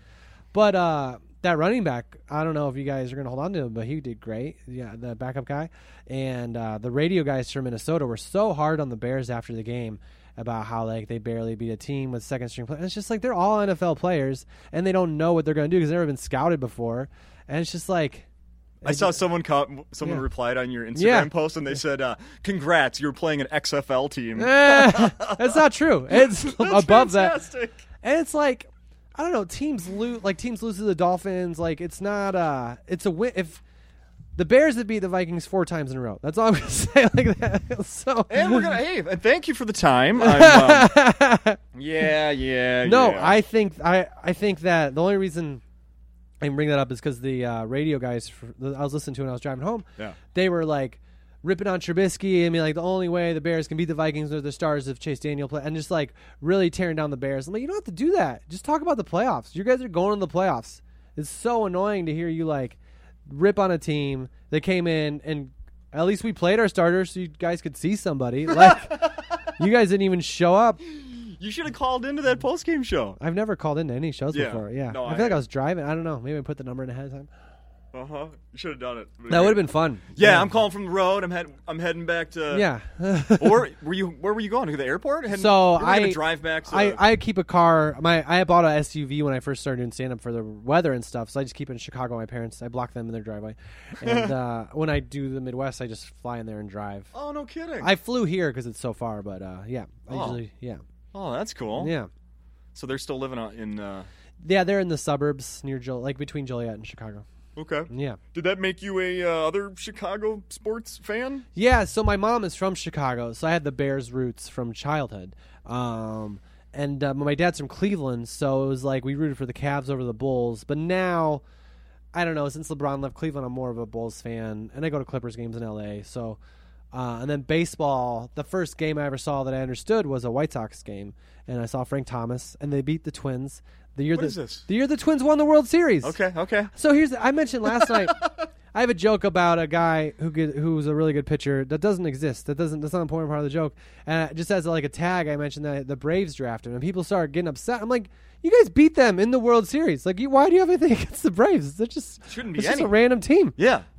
[SPEAKER 2] But uh, that running back, I don't know if you guys are gonna hold on to him, but he did great. Yeah, the backup guy, and uh, the radio guys from Minnesota were so hard on the Bears after the game about how like they barely beat a team with second string players. It's just like they're all NFL players and they don't know what they're going to do because they've never been scouted before. And it's just like,
[SPEAKER 1] I saw someone co- someone
[SPEAKER 2] Yeah.
[SPEAKER 1] replied on your Instagram
[SPEAKER 2] Yeah.
[SPEAKER 1] post and they said, uh, "Congrats, you're playing an XFL team."
[SPEAKER 2] eh, that's not true. It's
[SPEAKER 1] That's
[SPEAKER 2] above that.
[SPEAKER 1] fantastic.
[SPEAKER 2] And it's like, I don't know. Teams lose, like teams lose to the Dolphins. Like it's not. uh It's a win if. The Bears would beat the Vikings four times in a row. That's all I'm gonna say. Like that. So
[SPEAKER 1] And we're gonna hey, and thank you for the time. I'm, um, yeah, yeah.
[SPEAKER 2] No,
[SPEAKER 1] yeah.
[SPEAKER 2] I think I I think that the only reason I bring that up is because the uh, radio guys fr- that I was listening to when I was driving home.
[SPEAKER 1] Yeah.
[SPEAKER 2] they were like ripping on Trubisky. I mean, like the only way the Bears can beat the Vikings are the stars of Chase Daniel play, and just like really tearing down the Bears. I'm like, you don't have to do that. Just talk about the playoffs. You guys are going to the playoffs. It's so annoying to hear you like rip on a team that came in and at least we played our starters so you guys could see somebody. Like you guys didn't even show up.
[SPEAKER 1] you should have called into that post game show.
[SPEAKER 2] I've never called into any shows
[SPEAKER 1] Yeah.
[SPEAKER 2] before. Yeah,
[SPEAKER 1] No,
[SPEAKER 2] I
[SPEAKER 1] I-
[SPEAKER 2] feel like I was driving. I don't know. Maybe I put the number in ahead of time.
[SPEAKER 1] Uh huh. You should have done it.
[SPEAKER 2] That would have been fun.
[SPEAKER 1] Yeah, I'm calling from the road. I'm head, I'm heading back to.
[SPEAKER 2] yeah.
[SPEAKER 1] Or were you? Where were you going to the airport? Heading,
[SPEAKER 2] so
[SPEAKER 1] you were gonna
[SPEAKER 2] I
[SPEAKER 1] drive back. To,
[SPEAKER 2] I, I keep a car. My I bought a SUV when I first started doing stand up for the weather and stuff. So I just keep it in Chicago. My parents. I block them in their driveway. And uh, when I do the Midwest, I just fly in there and drive.
[SPEAKER 1] oh no kidding.
[SPEAKER 2] I flew here because it's so far, but uh, yeah, I
[SPEAKER 1] Oh.
[SPEAKER 2] usually yeah,
[SPEAKER 1] oh, that's cool.
[SPEAKER 2] yeah,
[SPEAKER 1] So they're still living out in. Uh,
[SPEAKER 2] yeah. They're in the suburbs near Jol- like between Joliet and Chicago.
[SPEAKER 1] okay.
[SPEAKER 2] Yeah.
[SPEAKER 1] Did that make you a uh, other Chicago sports fan?
[SPEAKER 2] Yeah, so my mom is from Chicago, so I had the Bears roots from childhood. Um, and uh, my dad's from Cleveland, so it was like we rooted for the Cavs over the Bulls. But now, I don't know, since LeBron left Cleveland, I'm more of a Bulls fan, and I go to Clippers games in LA. So, uh, and then baseball, the first game I ever saw that I understood was a White Sox game, and I saw Frank Thomas, and they beat the Twins. The year
[SPEAKER 1] What
[SPEAKER 2] the,
[SPEAKER 1] is this?
[SPEAKER 2] The year the Twins won the World Series.
[SPEAKER 1] Okay. Okay.
[SPEAKER 2] So here's I mentioned last night. I have a joke about a guy who get, who's a really good pitcher that doesn't exist. That doesn't that's not an important part of the joke. And I, just as like a tag, I mentioned that the Braves drafted him, and people started getting upset. I'm like, you guys beat them in the World Series. Like, you, why do you have anything against the Braves? They're just
[SPEAKER 1] Shouldn't be
[SPEAKER 2] it's just a
[SPEAKER 1] any.
[SPEAKER 2] random team.
[SPEAKER 1] Yeah.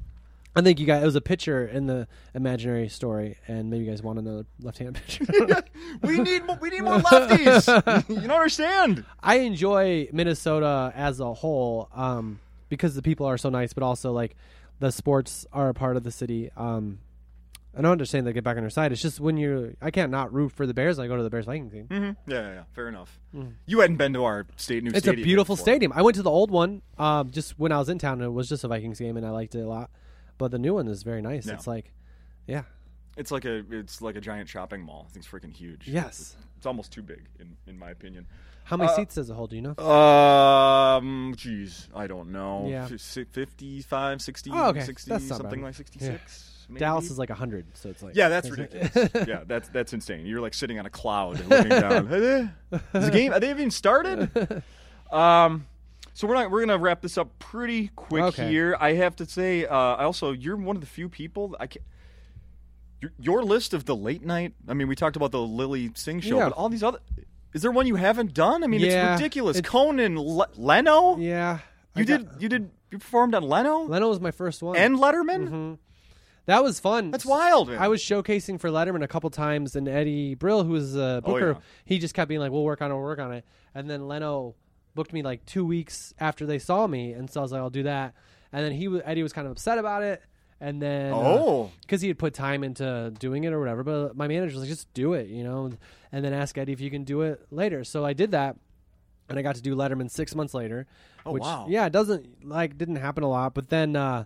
[SPEAKER 2] I think you guys it was a pitcher in the imaginary story, and maybe you guys want another left-handed pitcher.
[SPEAKER 1] We need mo- we need more lefties. you don't understand.
[SPEAKER 2] I enjoy Minnesota as a whole um, because the people are so nice, but also like the sports are a part of the city. Um, I don't understand they get back on their side. It's just when you're, I can't not root for the Bears. I go to the Bears Vikings game.
[SPEAKER 1] Mm-hmm. Yeah, yeah, yeah. Fair enough. You hadn't been to our state new
[SPEAKER 2] Mm-hmm. It's a
[SPEAKER 1] stadium.
[SPEAKER 2] beautiful
[SPEAKER 1] before.
[SPEAKER 2] stadium. I went to the old one um, just when I was in town, and it was just a Vikings game, and I liked it a lot. But the new one is very nice.
[SPEAKER 1] Yeah.
[SPEAKER 2] It's like, yeah,
[SPEAKER 1] It's like a it's like a giant shopping mall. It's freaking huge.
[SPEAKER 2] yes.
[SPEAKER 1] It's almost too big in in my opinion.
[SPEAKER 2] How many
[SPEAKER 1] Uh,
[SPEAKER 2] seats does it hold? Do you know?
[SPEAKER 1] Um, jeez, I don't know.
[SPEAKER 2] Yeah.
[SPEAKER 1] Fif- si- 55, 60,
[SPEAKER 2] Oh, okay.
[SPEAKER 1] 60
[SPEAKER 2] That's not
[SPEAKER 1] something
[SPEAKER 2] bad.
[SPEAKER 1] like 66. maybe?
[SPEAKER 2] Dallas is like hundred, so it's like
[SPEAKER 1] Yeah, that's ridiculous. yeah, that's that's insane. You're like sitting on a cloud and looking down. Is the game? Have they even started? Um, so we're not. We're gonna wrap this up pretty quick
[SPEAKER 2] Okay.
[SPEAKER 1] here. I have to say, uh, I also you're one of the few people that I can. Your, your list of the late night. I mean, we talked about the Lily Singh show,
[SPEAKER 2] Yeah.
[SPEAKER 1] but all these other. Is there one you haven't done? I mean,
[SPEAKER 2] Yeah,
[SPEAKER 1] it's ridiculous.
[SPEAKER 2] it's-
[SPEAKER 1] Conan, Le- Leno.
[SPEAKER 2] yeah. I
[SPEAKER 1] you
[SPEAKER 2] got-
[SPEAKER 1] did. You did. You performed on Leno
[SPEAKER 2] Leno was my first one,
[SPEAKER 1] and Letterman.
[SPEAKER 2] that was fun.
[SPEAKER 1] That's wild. Man.
[SPEAKER 2] Mm-hmm. I was showcasing for Letterman a couple times, and Eddie Brill, who was a
[SPEAKER 1] Oh,
[SPEAKER 2] booker,
[SPEAKER 1] yeah.
[SPEAKER 2] he just kept being like, "We'll work on it, we'll work on it." And then Leno booked me like two weeks after they saw me, and so I was like, "I'll do that." And then he wa- Eddie was kind of upset about it, and then uh,
[SPEAKER 1] Oh.
[SPEAKER 2] because he had put time into doing it or whatever. But my manager was like, "Just do it," you know, and then ask Eddie if you can do it later. So I did that. And I got to do Letterman six months later.
[SPEAKER 1] Oh,
[SPEAKER 2] which,
[SPEAKER 1] wow.
[SPEAKER 2] Yeah, it doesn't like didn't happen a lot, but then uh,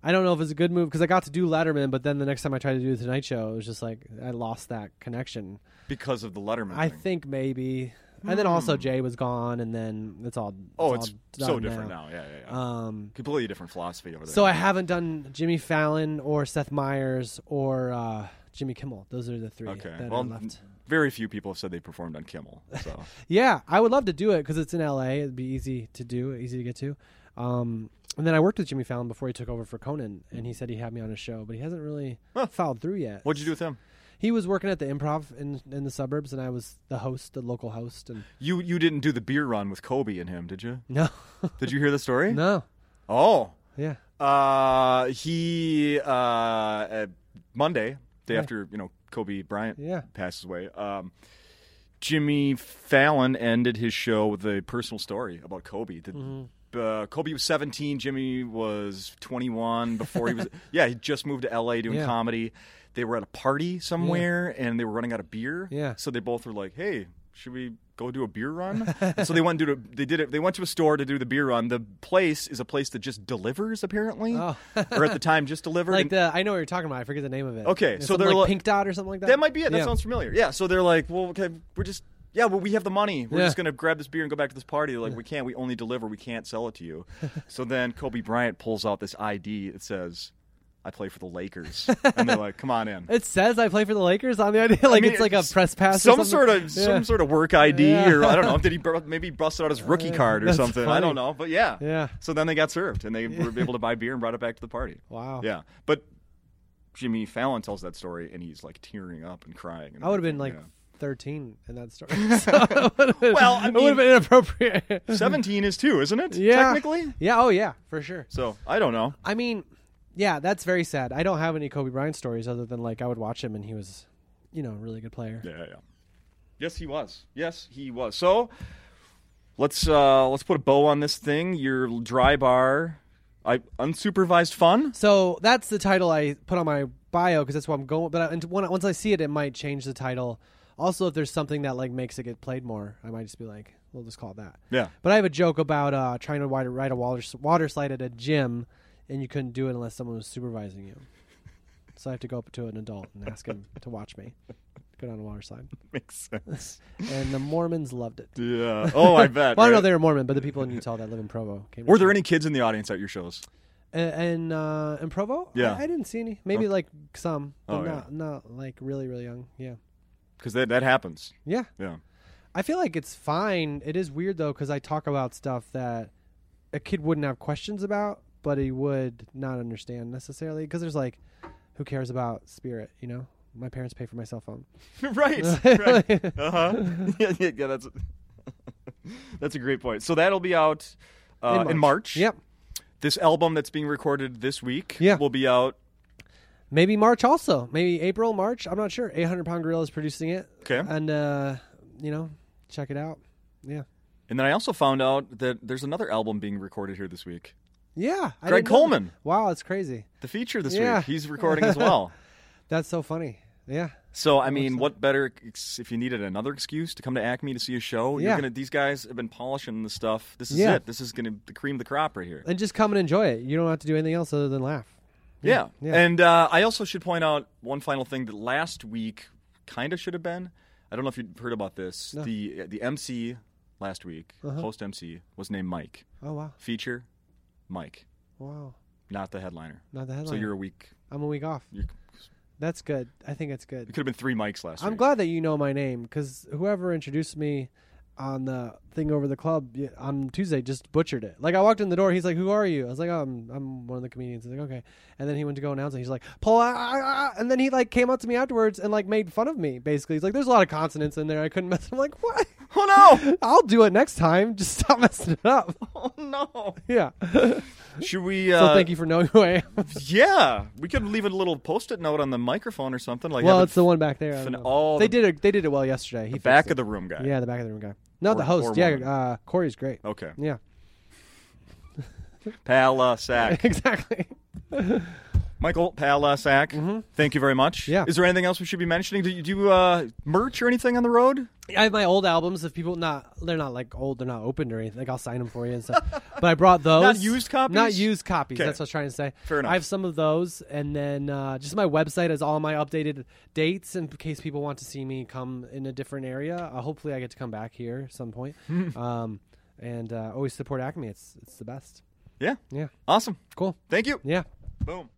[SPEAKER 2] I don't know if it's a good move because I got to do Letterman, but then the next time I tried to do the Tonight Show, it was just like I lost that connection.
[SPEAKER 1] because of the Letterman.
[SPEAKER 2] I
[SPEAKER 1] thing.
[SPEAKER 2] think maybe, and then also Jay was gone, and then it's all
[SPEAKER 1] Hmm. Oh,
[SPEAKER 2] it's,
[SPEAKER 1] it's
[SPEAKER 2] all
[SPEAKER 1] so
[SPEAKER 2] done
[SPEAKER 1] different now. Yeah, yeah, yeah.
[SPEAKER 2] Um,
[SPEAKER 1] Completely different philosophy over there.
[SPEAKER 2] so I haven't done Jimmy Fallon or Seth Meyers or uh, Jimmy Kimmel. Those are the three
[SPEAKER 1] okay,
[SPEAKER 2] that
[SPEAKER 1] well,
[SPEAKER 2] are left.
[SPEAKER 1] n- very few people have said they performed on Kimmel. So
[SPEAKER 2] Yeah, I would love to do it because it's in LA. It'd be easy to do, easy to get to. Um, and then I worked with Jimmy Fallon before he took over for Conan, and he said he had me on his show, but he hasn't really followed through yet.
[SPEAKER 1] what'd you do with him?
[SPEAKER 2] He was working at the improv in in the suburbs, and I was the host, the local host. And
[SPEAKER 1] You you didn't do the beer run with Kobe and him, did you?
[SPEAKER 2] no,
[SPEAKER 1] Did you hear the story?
[SPEAKER 2] no,
[SPEAKER 1] Oh,
[SPEAKER 2] yeah,
[SPEAKER 1] uh, he uh, uh, Monday day after you know Kobe Bryant
[SPEAKER 2] Yeah.
[SPEAKER 1] passes away. Um, Jimmy Fallon ended his show with a personal story about Kobe. The,
[SPEAKER 2] Mm-hmm.
[SPEAKER 1] uh, Kobe was 17. Jimmy was 21 before he was. yeah, he just moved to LA doing
[SPEAKER 2] Yeah.
[SPEAKER 1] comedy. They were at a party somewhere and they were running out of beer.
[SPEAKER 2] Yeah.
[SPEAKER 1] So they both were like, "Hey, should we go do a beer run?" And so they went to do they did it. They went to a store to do the beer run. The place is a place that just delivers apparently,
[SPEAKER 2] Oh.
[SPEAKER 1] or at the time just delivered.
[SPEAKER 2] like
[SPEAKER 1] And
[SPEAKER 2] the I know what you're talking about. I forget the name of it.
[SPEAKER 1] Okay,
[SPEAKER 2] It's
[SPEAKER 1] so
[SPEAKER 2] something
[SPEAKER 1] they're
[SPEAKER 2] like
[SPEAKER 1] like-
[SPEAKER 2] Pink Dot or something like that.
[SPEAKER 1] that might be it. That
[SPEAKER 2] Yeah.
[SPEAKER 1] sounds familiar. Yeah. So they're like, "Well, okay, we're just." Yeah, well, we have the money. We're
[SPEAKER 2] Yeah.
[SPEAKER 1] just gonna grab this beer and go back to this party. They're like, we can't. We only deliver. We can't sell it to you. so then Kobe Bryant pulls out this ID. It says, "I play for the Lakers," and they're like, "Come on in."
[SPEAKER 2] It says I play for the Lakers on the idea.
[SPEAKER 1] I
[SPEAKER 2] Like
[SPEAKER 1] mean,
[SPEAKER 2] it's like a
[SPEAKER 1] it's
[SPEAKER 2] press pass. or
[SPEAKER 1] some
[SPEAKER 2] something.
[SPEAKER 1] sort of
[SPEAKER 2] Yeah.
[SPEAKER 1] some sort of work ID,
[SPEAKER 2] Yeah. Uh,
[SPEAKER 1] or I don't know. Did he br- maybe busted out his rookie card or
[SPEAKER 2] that's
[SPEAKER 1] something? I
[SPEAKER 2] funny.
[SPEAKER 1] don't know, but yeah.
[SPEAKER 2] Yeah.
[SPEAKER 1] So then they got served, and they were able to buy beer and brought it back to the party.
[SPEAKER 2] Wow.
[SPEAKER 1] Yeah, but Jimmy Fallon tells that story, and he's like tearing up and crying. And
[SPEAKER 2] I would have been like
[SPEAKER 1] everything,
[SPEAKER 2] 13 in that story. So it would've been-
[SPEAKER 1] Well, I
[SPEAKER 2] it would
[SPEAKER 1] mean-
[SPEAKER 2] have been inappropriate.
[SPEAKER 1] yeah. seventeen is two, isn't it?
[SPEAKER 2] yeah.
[SPEAKER 1] technically.
[SPEAKER 2] Yeah. Oh, yeah, for sure.
[SPEAKER 1] So I don't know.
[SPEAKER 2] I mean, yeah, that's very sad. I don't have any Kobe Bryant stories other than like I would watch him and he was, you know, a really good player.
[SPEAKER 1] Yeah, yeah. yeah. Yes, he was. Yes, he was. So let's uh let's put a bow on this thing. Your dry bar, I unsupervised fun.
[SPEAKER 2] So that's the title I put on my bio because that's what I'm going. But I, and when, once I see it, it might change the title. Also, if there's something that like makes it get played more, I might just be like, we'll just call it that.
[SPEAKER 1] Yeah.
[SPEAKER 2] But I have a joke about uh, trying to wi- ride a water, water slide at a gym, and you couldn't do it unless someone was supervising you. So I have to go up to an adult and ask him to watch me go down a water slide.
[SPEAKER 1] Makes sense.
[SPEAKER 2] And the Mormons loved it.
[SPEAKER 1] Yeah. Oh, I bet.
[SPEAKER 2] Well, I know
[SPEAKER 1] right?
[SPEAKER 2] they were Mormon, but the people in Utah that live in Provo came.
[SPEAKER 1] Were there any kids in the audience at your shows?
[SPEAKER 2] in uh, in Provo?
[SPEAKER 1] Yeah.
[SPEAKER 2] I, I didn't see any. Maybe like some, but
[SPEAKER 1] Oh, yeah.
[SPEAKER 2] not not like really really young. Yeah,
[SPEAKER 1] Because that that happens.
[SPEAKER 2] yeah.
[SPEAKER 1] Yeah.
[SPEAKER 2] I feel like it's fine. It is weird though because I talk about stuff that a kid wouldn't have questions about, but he would not understand necessarily. Because there's like, who cares about spirit? You know, my parents pay for my cell phone.
[SPEAKER 1] right. Right. Uh huh. yeah, yeah, yeah. That's that's a great point. So that'll be out uh, in, March.
[SPEAKER 2] Yep.
[SPEAKER 1] This album that's being recorded this week.
[SPEAKER 2] Yeah.
[SPEAKER 1] Will be out.
[SPEAKER 2] Maybe March also. Maybe April, March. I'm not sure. 800 Pound Gorilla is producing it.
[SPEAKER 1] Okay.
[SPEAKER 2] And uh, you know, check it out. Yeah.
[SPEAKER 1] And then I also found out that there's another album being recorded here this week.
[SPEAKER 2] Yeah. I
[SPEAKER 1] Greg
[SPEAKER 2] didn't know that.
[SPEAKER 1] Coleman.
[SPEAKER 2] Wow, it's crazy.
[SPEAKER 1] The feature this
[SPEAKER 2] Yeah.
[SPEAKER 1] week. He's recording as well.
[SPEAKER 2] That's so funny. Yeah.
[SPEAKER 1] So I mean, what better ex- if you needed another excuse to come to Acme to see a show?
[SPEAKER 2] Yeah.
[SPEAKER 1] You're gonna, these guys have been polishing the stuff. This is
[SPEAKER 2] Yeah.
[SPEAKER 1] it. This is gonna the cream of the crop right here.
[SPEAKER 2] And just come and enjoy it. You don't have to do anything else other than laugh.
[SPEAKER 1] Yeah.
[SPEAKER 2] yeah.
[SPEAKER 1] And uh, I also should point out one final thing that last week kind of should have been. I don't know if you'd heard about this.
[SPEAKER 2] No. Uh-huh.
[SPEAKER 1] The the MC last week, host MC, was named Mike.
[SPEAKER 2] Oh wow.
[SPEAKER 1] Feature, Mike,
[SPEAKER 2] Wow.
[SPEAKER 1] not the headliner.
[SPEAKER 2] Not the headline.
[SPEAKER 1] So you're a week.
[SPEAKER 2] I'm a week off.
[SPEAKER 1] You're,
[SPEAKER 2] That's good. I think it's good.
[SPEAKER 1] it could have been three mics last
[SPEAKER 2] I'm
[SPEAKER 1] week.
[SPEAKER 2] glad that you know my name because whoever introduced me on the thing over the club y- on Tuesday just butchered it. Like I walked in the door, he's like, "Who are you?" I was like, oh, "I'm I'm one of the comedians." He's like, "Okay," and then he went to go announce it. He's like, "Paul," ah, ah, ah," and then he like came up to me afterwards and like made fun of me. Basically, he's like, "There's a lot of consonants in there. I couldn't mess." I'm like, "What?
[SPEAKER 1] Oh no!
[SPEAKER 2] I'll do it next time. Just stop messing it up."
[SPEAKER 1] Oh no!
[SPEAKER 2] yeah. so
[SPEAKER 1] Should we? Uh,
[SPEAKER 2] thank you for knowing who I am.
[SPEAKER 1] Yeah, we could leave a little post-it note on the microphone or something. Like
[SPEAKER 2] well,
[SPEAKER 1] have
[SPEAKER 2] it's the one back there. I
[SPEAKER 1] fin-
[SPEAKER 2] don't know.
[SPEAKER 1] all
[SPEAKER 2] they
[SPEAKER 1] the-
[SPEAKER 2] did it. They did it well yesterday. He
[SPEAKER 1] the
[SPEAKER 2] fixed
[SPEAKER 1] back
[SPEAKER 2] it.
[SPEAKER 1] of the room guy.
[SPEAKER 2] yeah, the back of the room guy. Not
[SPEAKER 1] Or-
[SPEAKER 2] the
[SPEAKER 1] or
[SPEAKER 2] host. Yeah,
[SPEAKER 1] woman.
[SPEAKER 2] uh, Corey's great.
[SPEAKER 1] Okay.
[SPEAKER 2] Yeah,
[SPEAKER 1] Palasak,
[SPEAKER 2] exactly.
[SPEAKER 1] Michael Palasak. Thank you very much.
[SPEAKER 2] Yeah.
[SPEAKER 1] Is there anything else we should be mentioning? Do you do uh, merch or anything on the road?
[SPEAKER 2] I have my old albums. If people not, they're not like old. They're not opened or anything. Like I'll sign them for you and stuff. but I brought those.
[SPEAKER 1] Not used copies?
[SPEAKER 2] Not used copies.
[SPEAKER 1] 'Kay.
[SPEAKER 2] That's what I was trying to say.
[SPEAKER 1] Fair enough.
[SPEAKER 2] I have some of those, and then uh, just my website has all my updated dates in case people want to see me come in a different area. Uh, hopefully, I get to come back here at some point. um, and uh, always support Acme. It's it's the best.
[SPEAKER 1] Yeah.
[SPEAKER 2] Yeah.
[SPEAKER 1] Awesome.
[SPEAKER 2] Cool.
[SPEAKER 1] Thank you.
[SPEAKER 2] Yeah.
[SPEAKER 1] Boom.